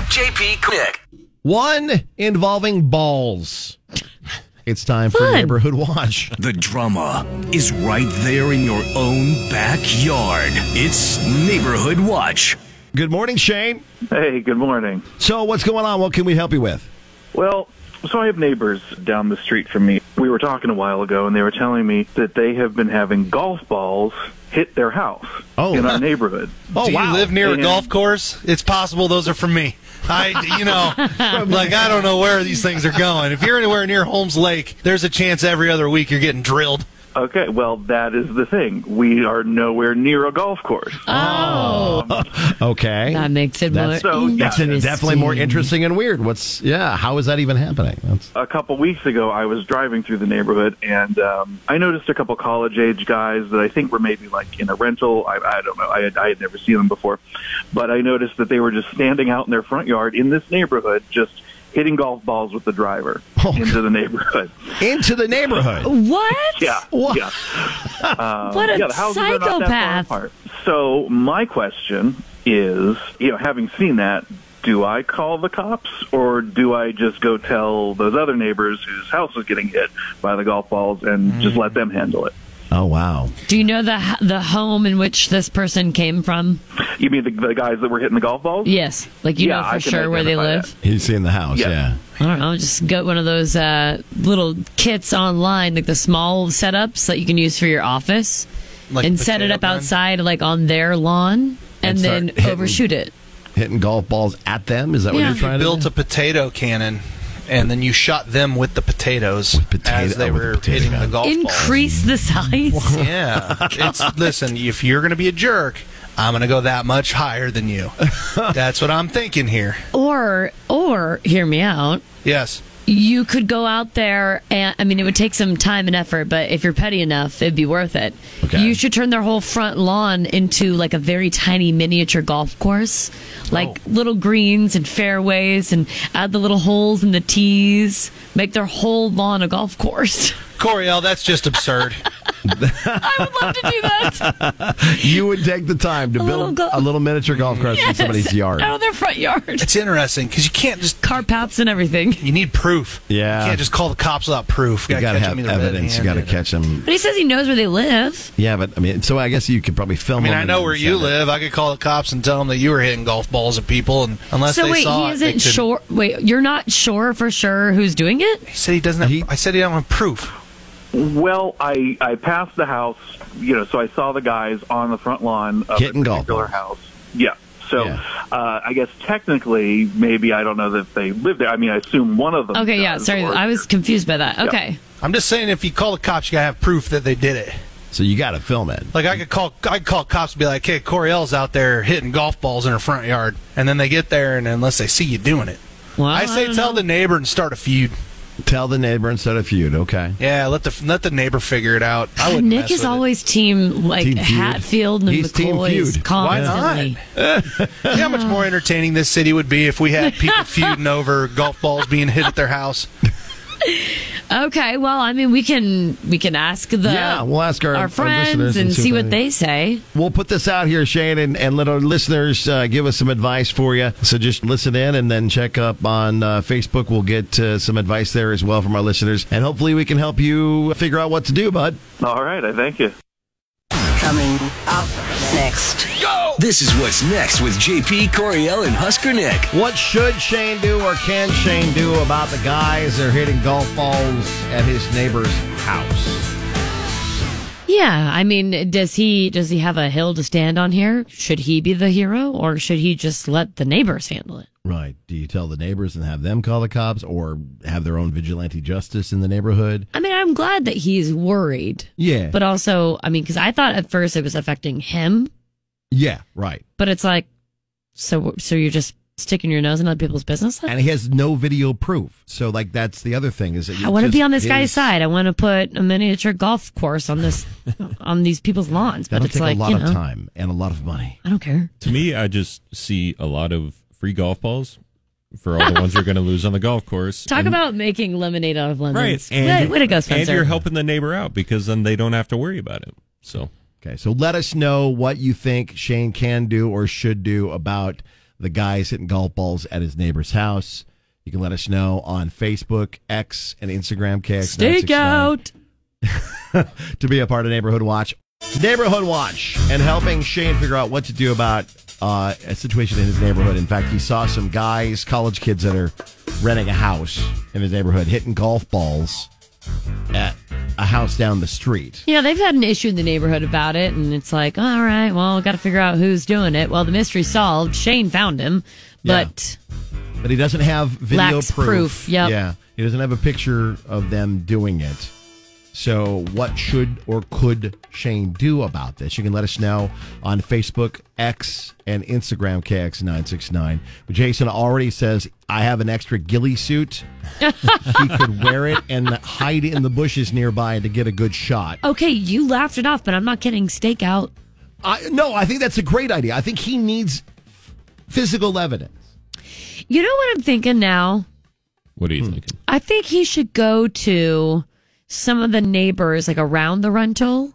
S1: JP Quick.
S9: One involving balls. It's time for neighborhood watch.
S16: The drama is right there in your own backyard. It's Neighborhood Watch.
S9: Good morning, Shane.
S17: Hey, good morning.
S9: So what's going on? What can we help you with?
S17: Well, so I have neighbors down the street from me. We were talking a while ago, and they were telling me that they have been having golf balls hit their house
S9: oh.
S17: in our neighborhood.
S18: Do you live near
S17: Oh, And-
S18: a golf course? It's possible those are from me. I, you know, like I don't know where these things are going. If you're anywhere near Holmes Lake, there's a chance every other week you're getting drilled.
S17: Okay, well, that is the thing. We are nowhere near a golf course.
S10: oh,
S9: Okay.
S10: that makes it
S9: That's,
S10: more.
S9: that's
S10: interesting.
S9: definitely more interesting and weird. What's yeah? How is that even happening? That's
S17: a couple weeks ago, I was driving through the neighborhood, and um, I noticed a couple college age guys that I think were maybe like in a rental. I, I don't know. I had, I had never seen them before, but I noticed that they were just standing out in their front yard in this neighborhood, just hitting golf balls with the driver
S18: Oh,
S17: into the neighborhood.
S9: into the neighborhood.
S10: What?
S17: Yeah.
S9: What?
S17: Yeah. Um,
S10: What a
S17: yeah, the houses are not that far
S10: psychopath.
S17: apart. So my question is, you know, having seen that, do I call the cops or do I just go tell those other neighbors whose house is getting hit by the golf balls
S10: Mm-hmm.
S17: and just let them handle it?
S9: Oh wow.
S10: Do you know the the home in which this person came from?
S17: You mean the, the guys that were hitting the golf balls?
S10: Yes, like you
S17: Yeah,
S10: know
S17: I
S10: for
S17: can
S10: sure where they
S17: identify
S10: live.
S17: that.
S9: He's in the house.
S17: Yeah.
S9: yeah.
S10: I don't know. Just get one of those uh, little kits online, like the small setups that you can use for your office,
S9: Like
S10: and set it
S9: potato
S10: up
S9: gun?
S10: outside, like on their lawn, and,
S9: And start
S10: then
S9: hitting-
S10: overshoot it.
S9: Hitting golf balls at them? Is that what
S10: Yeah.
S9: you're trying to
S18: Built
S9: do?
S18: a potato cannon, and then you shot them with the potatoes as they
S9: oh, with
S18: were hitting the golf
S10: Increase the size.
S18: balls. Yeah, it's listen. If you're going to be a jerk, I'm going to go that much higher than you. That's what I'm thinking here.
S10: Or, or hear me out.
S18: Yes.
S10: You could go out there, and I mean, it would take some time and effort, but if you're petty enough, it'd be worth it. You should turn their whole front lawn into like a very tiny miniature golf course, like little greens and fairways, and add the little holes and the tees. Make their whole lawn a golf course.
S18: Coriel, that's just absurd.
S10: I would love to do that.
S9: you would take the time to
S10: A little
S9: build
S10: go-
S9: a little miniature golf course in
S10: Yes,
S9: somebody's yard.
S10: out of their front yard.
S18: It's interesting because you can't just
S10: car paths and everything.
S18: You need proof.
S9: Yeah.
S18: you can't just call the cops without proof.
S9: You gotta
S18: catch
S9: have
S18: them either
S9: evidence. You gotta
S18: red-handed.
S9: catch them.
S10: But he says he knows where they live.
S9: Yeah, but I mean, so I guess you could probably
S18: I
S9: film.
S18: mean,
S9: them
S18: I
S9: and
S18: know
S9: then
S18: where
S9: send
S18: you
S9: it.
S18: live. I could call the cops and tell them that you were hitting golf balls at people, and unless
S10: so
S18: they
S10: wait,
S18: saw
S10: he
S18: it,
S10: isn't
S18: they could-
S10: sure. Wait, you're not sure for sure who's doing it?
S18: He said he doesn't. Have, I said he don't have proof.
S17: Well, I I passed the house, you know, so I saw the guys on the front lawn of
S9: Hitting
S17: a
S9: golf
S17: particular house. Yeah. So Uh, I guess technically, maybe I don't know that they live there. I mean, I assume one of them.
S18: Oh,
S10: Okay, yeah.
S17: does,
S10: Sorry,
S17: or-
S10: I was confused by that.
S17: Yeah.
S10: Okay.
S18: I'm just saying, if you call the cops, you gotta have proof that they did it.
S9: So you gotta film it.
S18: Like I could call, I could call cops and be like, "Hey, Coriel's out there hitting golf balls in her front yard," and then they get there, and unless they see you doing it,
S10: Well,
S18: I
S10: Oh, I
S18: say
S10: don't
S18: tell the neighbor and start a feud.
S9: Tell the neighbor instead of feud. Okay.
S18: Yeah, let the let the neighbor figure it out. I would
S10: Nick is always team like
S18: Team feud.
S10: Hatfield and
S18: He's team
S10: McCoy's
S18: feud. Why not?
S10: constantly.
S18: See how much more entertaining this city would be if we had people feuding over golf balls being hit at their house.
S10: Okay, well, I mean, we can we can ask the
S9: Yeah, we'll ask our- our
S10: friends
S9: listeners
S10: and see what they say.
S9: We'll put this out here, Shane, and, and let our listeners uh, give us some advice for you. So just listen in and then check up on uh, Facebook. We'll get uh, some advice there as well from our listeners. And hopefully we can help you figure out what to do, bud.
S17: All right, I thank you.
S1: Coming up next. Go! This is what's next with JP Coriel and Husker Nick.
S9: What should Shane do or can Shane do about the guys that are hitting golf balls at his neighbor's house?
S10: Yeah, I mean, does he does he have a hill to stand on here? Should he be the hero, or should he just let the neighbors handle it?
S9: Right. Do you tell the neighbors and have them call the cops or have their own vigilante justice in the neighborhood?
S10: I mean, I'm glad that he's worried,
S9: Yeah.
S10: but also, I mean, because I thought at first it was affecting him,
S9: yeah, right.
S10: but it's like, so so you're just sticking your nose in other people's business.
S9: And he has no video proof. So like that's the other thing is that
S10: I want to be on this guy's side. I want to put a miniature golf course on this on these people's lawns, but
S11: That'll
S10: it's
S11: take a
S10: like
S11: lot
S10: you
S11: of
S10: know,
S9: time and a lot of money.
S10: I don't care.
S11: To me, I just see a lot of free golf balls for all the ones you're going to lose on the golf course.
S10: Talk
S11: And-
S10: about making lemonade out of
S11: right,
S10: lemons.
S11: and
S10: way, way to go,
S11: and you're
S10: Spencer.
S11: helping the neighbor out because then they don't have to worry about it. So
S9: Okay, so let us know what you think Shane can do or should do about the guys hitting golf balls at his neighbor's house. You can let us know on Facebook, X, and Instagram. KX969.
S10: Stakeout.
S9: to be a part of Neighborhood Watch. Neighborhood Watch and helping Shane figure out what to do about uh, a situation in his neighborhood. In fact, he saw some guys, college kids that are renting a house in his neighborhood, hitting golf balls at a house down the street.
S10: Yeah, they've had an issue in the neighborhood about it, and it's like, all right, well, got to figure out who's doing it. Well, the mystery solved. Shane found him, but
S9: But he doesn't have video
S10: Lacks
S9: proof.
S10: proof, yep.
S9: Yeah. He doesn't have a picture of them doing it. So, what should or could Shane do about this? You can let us know on Facebook, X, and Instagram, KX969. But Jason already says, I have an extra ghillie suit. he could wear it and hide in the bushes nearby to get a good shot.
S10: okay, you laughed it off, but I'm not kidding. Stakeout.
S9: I, no, I think that's a great idea. I think he needs physical evidence.
S10: You know what I'm thinking now?
S11: what are you thinking?
S10: I think he should go to some of the neighbors like around the rental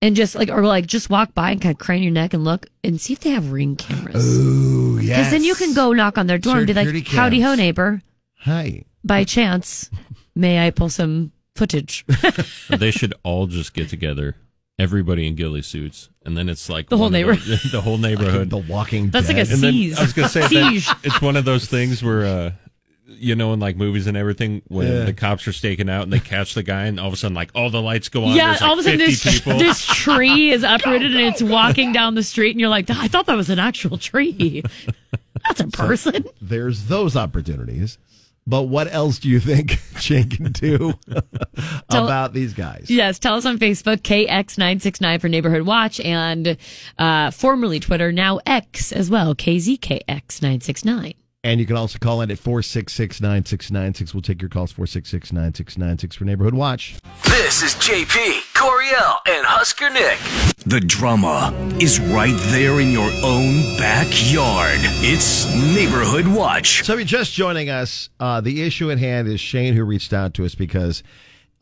S10: and just like or like just walk by and kind of crane your neck and look and see if they have ring cameras. Oh
S9: yes.
S10: Because then you can go knock on their door and be like,
S9: Security
S10: "Howdy ho,
S9: cams.
S10: neighbor!
S9: Hi.
S10: By chance, may I pull some footage?"
S11: they should all just get together, everybody in ghillie suits, and then it's like
S10: The whole
S11: one of
S10: neighborhood.
S11: those- the whole neighborhood,
S9: the Walking
S10: That's like a
S11: And then-
S10: siege.
S11: I was gonna say that
S10: Siege.
S11: it's one of those things where. uh you know, in like movies and everything, when
S9: Yeah.
S11: the cops are staking out and they catch the guy, and all of a sudden, like all the lights go on.
S10: yeah,
S11: there's, like,
S10: all of a sudden
S11: 50
S10: this
S11: people. Oh,
S10: this tree is uprooted and it's walking down the street, and you're like, "I thought that was an actual tree. That's a person."
S9: there's those opportunities. But what else do you think Shane can do about these guys?
S10: Yes, tell us on Facebook, KX969 for Neighborhood Watch, and uh, formerly Twitter, now X as well, KZKX969.
S9: And you can also call in at 466 9696. We'll take your calls 466 9696 for Neighborhood Watch.
S1: This is JP Coriel and Husker Nick.
S16: The drama is right there in your own backyard. It's Neighborhood Watch.
S9: So if you're just joining us, uh, the issue at hand is Shane who reached out to us because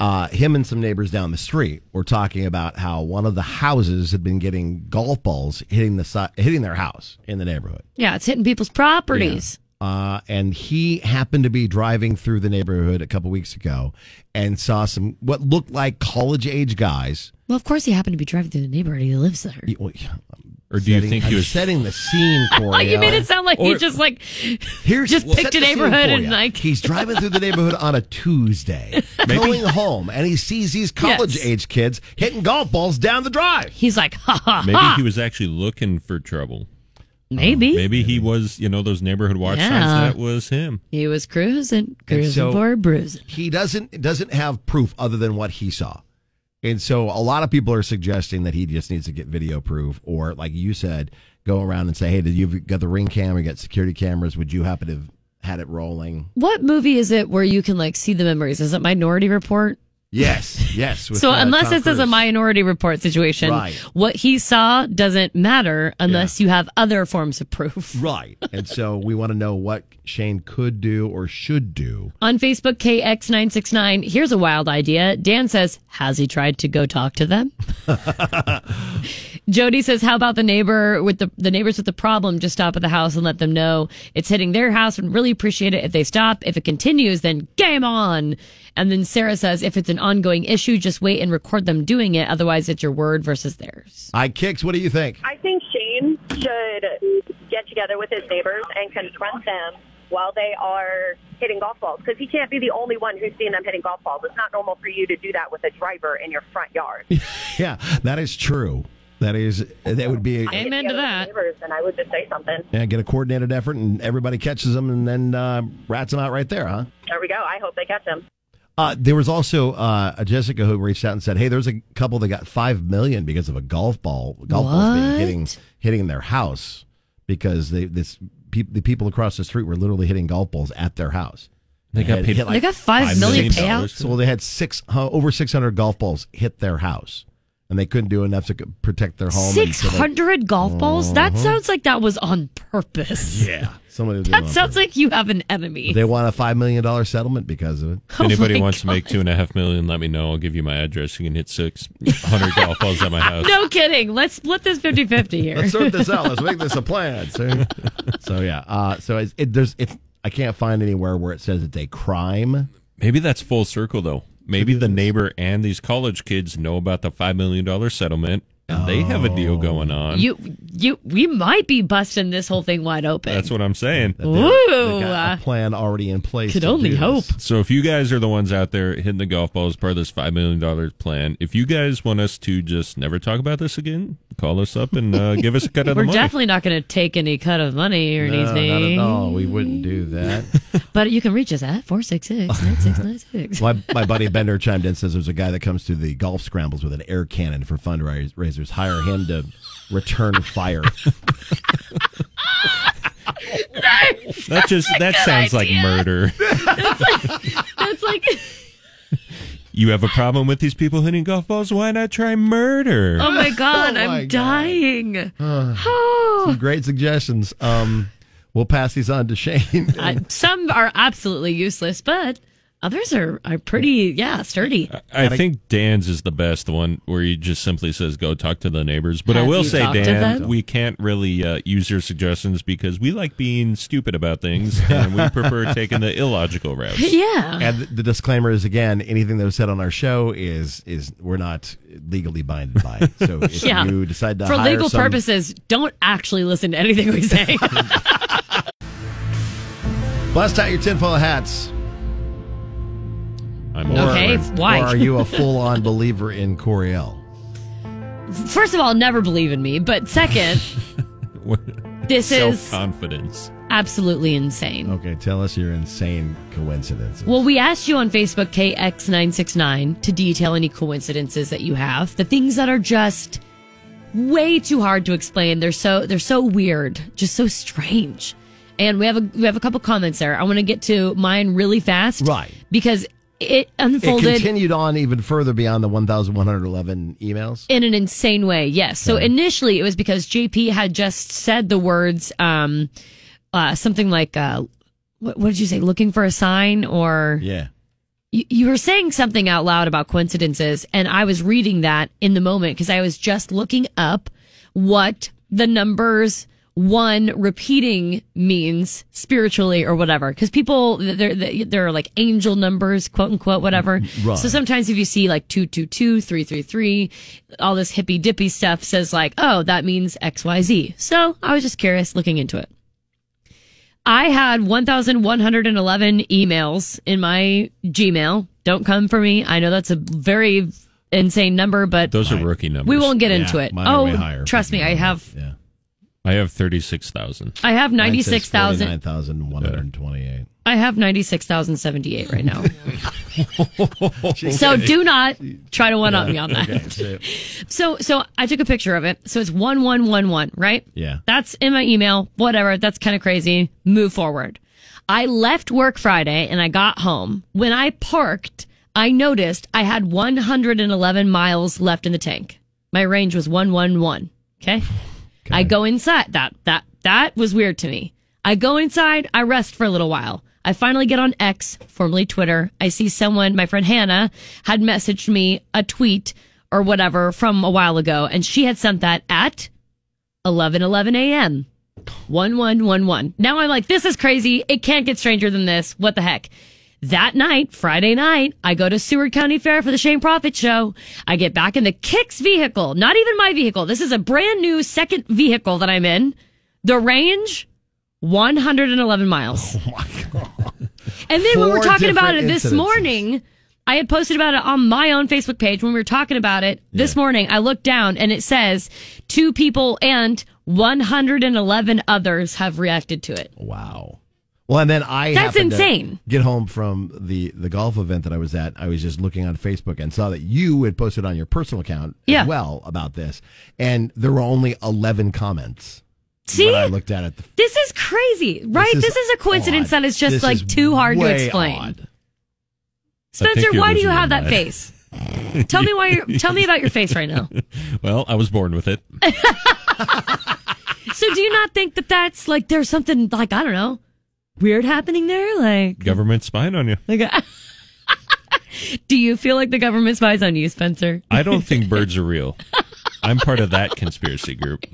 S9: uh, him and some neighbors down the street were talking about how one of the houses had been getting golf balls hitting the si- hitting their house in the neighborhood.
S10: Yeah, it's hitting people's properties.
S9: Uh, and he happened to be driving through the neighborhood a couple weeks ago and saw some what looked like college age guys.
S10: Well, of course, he happened to be driving through the neighborhood. He lives there.
S9: Or
S11: do you think he was-
S9: setting the scene for
S10: Oh, you made it sound like he
S9: Or-
S10: just like
S9: Here's
S10: just
S9: set
S10: picked a
S9: the scene
S10: neighborhood
S9: for
S10: and
S9: ya.
S10: like
S9: he's driving through the neighborhood on a Tuesday,
S11: Maybe-
S9: going home, and he sees these college age kids hitting golf balls down the drive.
S10: He's like, ha ha
S11: Maybe
S10: ha.
S11: he was actually looking for trouble.
S10: Maybe.
S11: Maybe he was, you know, those neighborhood watch
S10: Yeah.
S11: signs. That was him.
S10: He was cruising, cruising
S9: so-
S10: for bruising.
S9: He doesn't doesn't have proof other than what he saw. And so a lot of people are suggesting that he just needs to get video proof or like you said, go around and say, Hey, did you got the ring camera, you got security cameras, would you happen to had it rolling.
S10: What movie is it where you can like see the memories? Is it Minority Report?
S9: Yes, yes. with,
S10: so
S9: uh,
S10: unless
S9: Tom
S10: this is a
S9: Cruise.
S10: Minority Report situation,
S9: Right.
S10: what he saw doesn't matter unless you have other forms of proof.
S9: Right. and so we want to know what Shane could do or should do.
S10: On Facebook, KX969, here's a wild idea. Dan says, Has he tried to go talk to them? Jody says, How about the neighbor with the, the neighbors with the problem? Just stop at the house and let them know it's hitting their house and really appreciate it if they stop. If it continues, then game on. And then Sarah says, If it's an ongoing issue, just wait and record them doing it. Otherwise, it's your word versus theirs.
S9: I kicks. What do you think?
S14: I think Shane should get together with his neighbors and confront them while they are hitting golf balls because he can't be the only one who's seen them hitting golf balls. It's not normal for you to do that with a driver in your front yard.
S9: Yeah, that is true. That is that would be.
S14: I
S9: A,
S14: get together with the Neighbors, and I would just say something.
S9: yeah, get a coordinated effort, and everybody catches them, and then uh, rats them out right there, huh?
S14: There we go. I hope they catch him.
S9: Uh, there was also uh, a Jessica who reached out and said, "Hey, there's a couple that got five million because of a golf ball, golf balls being
S10: What?
S9: hitting hitting their house because they this peop the people across the street were literally hitting golf balls at their house.
S11: They got
S9: had
S11: paid-
S9: hit,
S10: They got five $5 million million dollars. payouts?
S9: So they had six uh, over six hundred golf balls hit their house, and they couldn't do enough to c- protect their home. and
S10: Six
S9: so they-
S10: hundred golf balls? That
S9: Uh-huh.
S10: sounds like that was on purpose.
S9: Yeah, somebody. did
S10: That
S9: on
S10: sounds like you have an enemy.
S9: purpose. They want a five million dollar settlement because of it.
S10: Oh
S11: If anybody wants to make two and a half million, let me know. I'll give you my address. You can hit six hundred golf balls at my house.
S10: no kidding. Let's split this 50-50 here.
S9: Let's sort this out. Let's make this a plan. So, so yeah. Uh, so it's, it, there's it's I can't find anywhere where it says it's a crime.
S11: Maybe that's full circle though. Maybe the neighbor and these college kids know about the five million dollar settlement, and they have a deal going on.
S10: You you we might be busting this whole thing wide open.
S11: that's what I'm saying.
S10: Ooh. uh,
S9: plan already in place.
S10: Could to only do hope.
S11: So if you guys are the ones out there hitting the golf ball as part of this five million dollar plan, if you guys want us to just never talk about this again, call us up and uh, give us a cut of the
S10: We're
S11: money.
S10: definitely not going to take any cut of money or
S11: No, not at
S10: anything.
S11: all.
S9: We wouldn't do that.
S10: But you can reach us at 466
S9: my, my buddy Bender chimed in says there's a guy that comes to the golf scrambles with an air cannon for fundraisers. Hire him to return fire.
S11: That just that sounds like murder.
S10: that's like, that's like
S11: You have a problem with these people hitting golf balls? Why not try murder?
S10: oh my god,
S9: Oh my God.
S10: I'm dying. Oh.
S9: Some great suggestions. Um, we'll pass these on to Shane.
S10: I, some are absolutely useless, but others are, are pretty, yeah, sturdy.
S11: I think Dan's is the best one where he just simply says, go talk to the neighbors. But I
S10: Have
S11: will
S10: you
S11: say,
S10: talked to
S11: Dan,
S10: them?
S11: we can't really uh, use your suggestions because we like being stupid about things and we prefer taking the illogical route.
S10: Yeah.
S9: And the disclaimer is again, anything that was said on our show is is we're not legally binded by. It. So if
S10: Yeah.
S9: you decide to
S10: For
S9: hire
S10: legal
S9: some-
S10: purposes, don't actually listen to anything we say.
S9: bust out your tinfoil hats.
S11: I'm
S9: Or-
S10: Okay, why?
S9: Or are you a full on believer in Coriel?
S10: First of all, never believe in me. But second, this is
S11: Self-confidence.
S10: absolutely insane.
S9: Okay, tell us your insane coincidences.
S10: Well, we asked you on Facebook, KX969, to detail any coincidences that you have. The things that are just way too hard to explain. They're so they're so weird, just so strange. And we have a we have a couple comments there. I want to get to mine really fast.
S9: Right.
S10: Because it
S9: It
S10: unfolded
S9: continued on even further beyond the 1,111 emails.
S10: in an insane way. Yes. So initially it was because JP had just said the words um uh something like uh what, what did you say looking for a sign or
S9: Yeah.
S10: you, you were saying something out loud about coincidences and I was reading that in the moment because I was just looking up what the numbers one repeating means spiritually or whatever because people there there are like angel numbers quote unquote whatever
S19: Right.
S10: so sometimes if you see like 222 333 all this hippy dippy stuff says like oh that means xyz so i was just curious looking into it I had 1,111 emails in my Gmail. Don't come for me. I know that's a very insane number, but
S11: Those are rookie numbers.
S10: we won't get into it.
S11: mine are way
S10: Oh,
S11: higher.
S10: trust me, I have
S11: I have 36,000.
S10: I have 96,000.
S9: 9,128.
S10: I have 96,078 right now. Oh, so do not try to one up me on that. So so I took a picture of it. So it's 1111, right?
S9: Yeah.
S10: That's in my email. Whatever. That's kind of crazy. Move forward. I left work Friday and I got home. When I parked, I noticed I had 111 miles left in the tank. My range was 111. Okay. I go inside. That that that was weird to me. I go inside, I rest for a little while. I finally get on X, formerly Twitter. I see someone, my friend Hannah, had messaged me a tweet or whatever from a while ago, and she had sent that at 11 11 a.m. 1111. Now I'm like, this is crazy. It can't get stranger than this. What the heck? That night, Friday night, I go to Seward County Fair for the Shane Profit Show. I get back in the Kicks vehicle, not even my vehicle. This is a brand new second vehicle that I'm in. The range, 111 miles. Oh my God. And then when we
S19: Four
S10: we're talking about it
S19: different
S10: this
S19: incidences.
S10: morning, I had posted about it on my own Facebook page when we were talking about it this morning. I looked down and it says two people and 111 others have reacted to it.
S9: Wow. Well, and then I
S10: That's
S9: happened to
S10: insane.
S9: get home from the the golf event that I was at. I was just looking on Facebook and saw that you had posted on your personal account
S10: Yeah.
S9: as well about this, and there were only eleven comments.
S10: See?
S9: when I looked at it.
S10: This is crazy, right?
S9: is
S10: This is, a coincidence that is just
S9: This
S10: like
S9: is
S10: too hard to
S9: way
S10: explain.
S9: odd.
S10: Spencer, why do you have that face? Tell me why.
S11: you're
S10: Your, tell me about your face right now.
S11: well, I was born with it.
S10: So, do you not think that that's like there's something like I don't know weird happening there? Like,
S11: Government spying on you.
S10: like do you feel like the government spies on you, Spencer?
S11: I don't think birds are real. I'm part of that conspiracy group.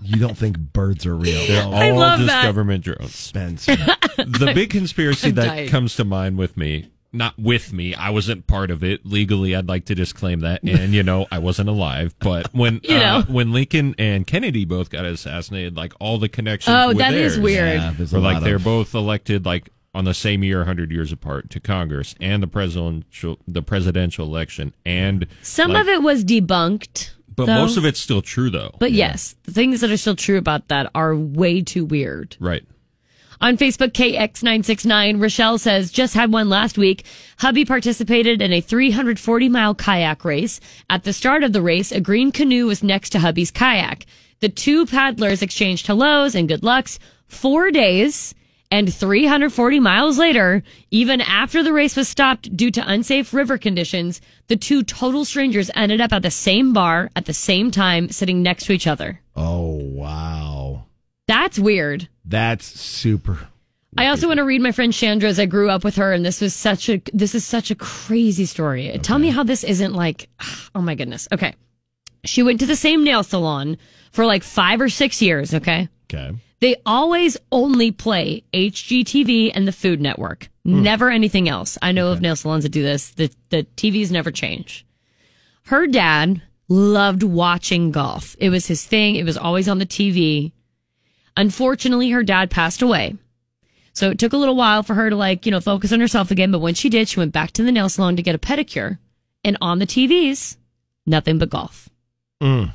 S9: You don't think birds are real?
S11: They're all
S10: I love
S11: just
S10: that.
S11: government drones.
S9: Spencer.
S11: the big conspiracy
S10: I'm
S11: that
S10: dying.
S11: comes to mind with me, not with me, I wasn't part of it. Legally, I'd like to disclaim that. And, you know, I wasn't alive. But when
S10: You know.
S11: uh, when Lincoln and Kennedy both got assassinated, like all the connections.
S10: Oh,
S11: were
S10: that is
S11: theirs.
S10: weird. Yeah,
S9: there's a
S11: Or like
S9: lot
S11: they're
S9: of-
S11: both elected like on the same year, 100 years apart, to Congress and the presidential the presidential election. And
S10: Some of it was debunked,
S11: But
S10: though.
S11: most of it's still true, though.
S10: But yes, the things that are still true about that are way too weird.
S11: Right.
S10: On Facebook, KX969, Rochelle says, just had one last week. Hubby participated in a 340 mile kayak race. At the start of the race, a green canoe was next to Hubby's kayak. The two paddlers exchanged hellos and good lucks. Four days and 340 miles later, even after the race was stopped due to unsafe river conditions, the two total strangers ended up at the same bar at the same time, sitting next to each other.
S9: Oh wow,
S10: That's weird.
S9: that's super.
S10: I also want to read my friend Chandra's. I grew up with her, and this was such a this is such a crazy story. Tell me how this isn't like, oh my goodness. Okay, she went to the same nail salon for like five or six years. Okay,
S9: Okay.
S10: they always only play HGTV and the Food Network,
S19: Hmm.
S10: never anything else. I know of nail salons that do this. The the TVs never change. Her dad loved watching golf. It was his thing. It was always on the TV. Unfortunately, her dad passed away. So it took a little while for her to like, you know, focus on herself again. But when she did, she went back to the nail salon to get a pedicure. And on the TVs, nothing but golf.
S9: Mm.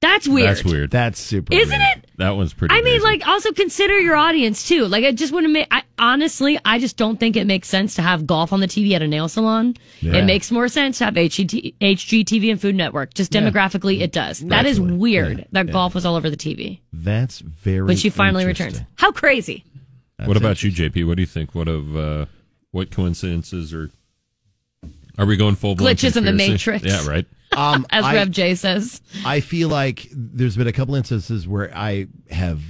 S10: That's weird.
S11: That's weird.
S9: That's super.
S10: Isn't weird. it?
S11: That one's pretty.
S10: I mean, like, also consider your audience too. Like, I just wouldn't make. I, honestly, I just don't think it makes sense to have golf on the TV at a nail salon.
S19: Yeah.
S10: It makes more sense to have HGT, HGTV and Food Network. Just
S19: Yeah.
S10: demographically, it does. That is
S9: Naturally.
S10: weird
S9: Yeah.
S10: that
S9: Yeah.
S10: golf was all over the TV
S9: That's very.
S10: when she finally
S9: interesting.
S10: returns. How crazy!
S11: what about you, JP? What do you think? What of uh, what coincidences or are we going full blown
S10: Glitches in the Matrix.
S11: conspiracy? Yeah, right.
S9: Um,
S10: As
S9: I-
S10: Rev J says,
S9: I feel like there's been a couple instances where I have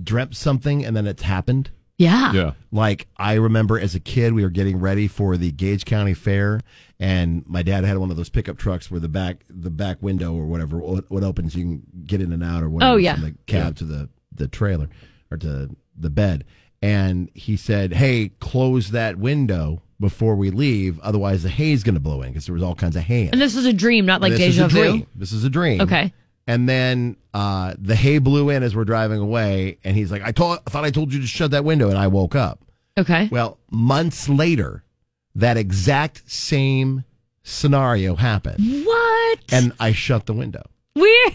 S9: dreamt something and then it's happened.
S10: Yeah.
S11: Yeah.
S9: Like I remember as a kid, we were getting ready for the Gage County Fair, and my dad had one of those pickup trucks where the back the back window or whatever what, what opens, you can get in and out or whatever.
S10: Oh, yeah.
S9: From the cab to the the trailer or to the bed, and he said, "Hey, close that window." Before we leave, otherwise the hay's going to blow in because there was all kinds of hay. in it."
S10: and this was a dream, not like
S9: this
S10: deja
S9: is a
S10: vu.
S9: dream. This is a dream.
S10: Okay.
S9: And then uh, the hay blew in as we're driving away, and he's like, "I told, I thought I told you to shut that window," and I woke up.
S10: Okay.
S9: Well, months later, that exact same scenario happened,
S10: What
S9: and I shut the window,
S10: weird?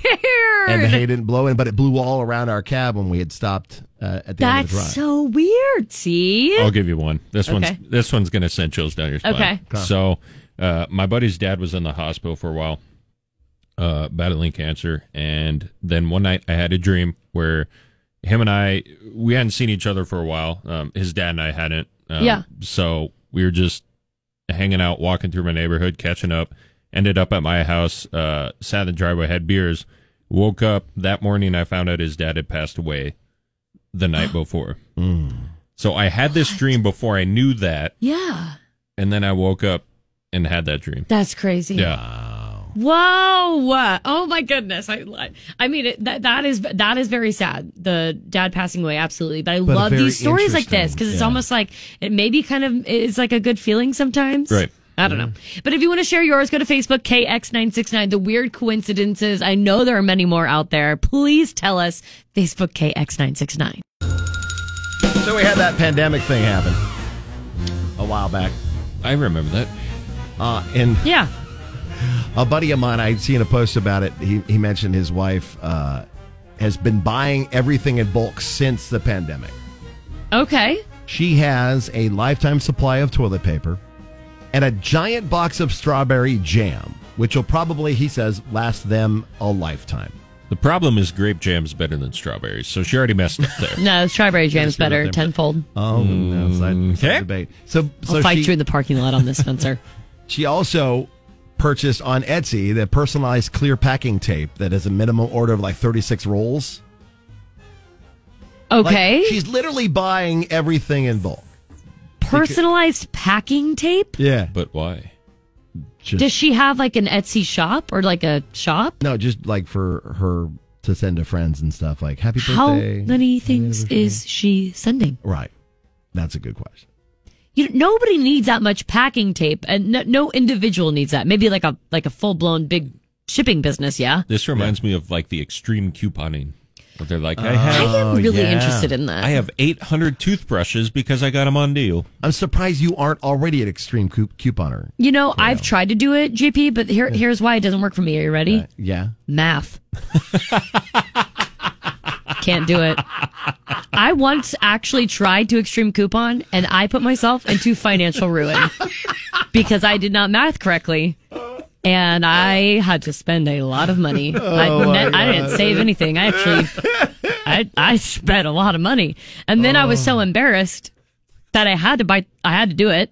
S9: and the hay didn't blow in, but it blew all around our cab when we had stopped uh, at the end of
S10: That's
S9: the drive.
S10: so weird. See,
S9: Oh.
S11: I'll give you one. This
S10: Okay.
S11: one's this one's gonna send chills down your spine.
S10: Okay. Okay.
S11: So, uh, my buddy's dad was in the hospital for a while, uh, battling cancer, and then one night I had a dream where him and I we hadn't seen each other for a while. Um, his dad and I hadn't. Um,
S10: Yeah.
S11: So we were just hanging out, walking through my neighborhood, catching up. Ended up at my house. Uh, sat in the driveway, had beers. Woke up that morning. I found out his dad had passed away the night before. So I had this dream before I knew that,
S10: Yeah.
S11: and then I woke up and had that dream.
S10: That's crazy.
S11: Yeah.
S10: Whoa! Oh my goodness! I I mean it, that that is that is very sad. The dad passing away, absolutely. But I
S11: But
S10: love
S11: very
S10: these stories like this
S11: interesting,
S10: because it's
S11: yeah.
S10: almost like it maybe kind of it's like a good feeling sometimes.
S11: Right.
S10: I don't know. But if you want to share yours, go to Facebook KX969. The weird coincidences. I know there are many more out there. Please tell us Facebook KX969.
S9: So we had that pandemic thing happen a while back.
S11: I remember that.
S9: Uh, and
S10: yeah,
S9: a buddy of mine, I'd seen a post about it. He he mentioned his wife uh, has been buying everything in bulk since the pandemic.
S10: Okay.
S9: She has a lifetime supply of toilet paper and a giant box of strawberry jam, which will probably, he says, last them a lifetime.
S11: The problem is grape jam's better than strawberries, so she already messed up there.
S10: No, strawberry jam's better tenfold.
S9: Oh, no, it's not- it's not a debate. So, so
S10: I'll fight
S9: she-
S10: you in the parking lot on this, Spencer.
S9: She also purchased on Etsy the personalized clear packing tape that has a minimum order of like 36 rolls. Like,
S10: Okay.
S9: she's literally buying everything in bulk.
S10: Personalized packing tape.
S9: Yeah.
S11: But why?
S10: Does she have like an Etsy shop or like a shop?
S9: No, just like for her to send to friends and stuff like happy
S10: How
S9: birthday.
S10: many things is she sending?
S9: Right. That's a good question.
S10: You nobody needs that much packing tape, and no, no individual needs that. Maybe like a like a full blown big shipping business. Yeah.
S11: This reminds me of like the extreme couponing. Where they're like, I,
S10: Oh,
S11: have,
S10: I am really yeah. interested in that.
S11: I have 800 toothbrushes because I got them on deal.
S9: I'm surprised you aren't already an extreme coup- couponer.
S10: You know, I've tried to do it, JP, but here here's why it doesn't work for me. Are you ready?
S9: Yeah.
S10: Math. Can't do it. I once actually tried to extreme coupon and I put myself into financial ruin because I did not math correctly. And I had to spend a lot of money.
S5: Oh,
S10: I,
S5: my
S10: I didn't
S5: God.
S10: save anything. I actually, I, I spent a lot of money. And then I was so embarrassed that I had to buy, I had to do it.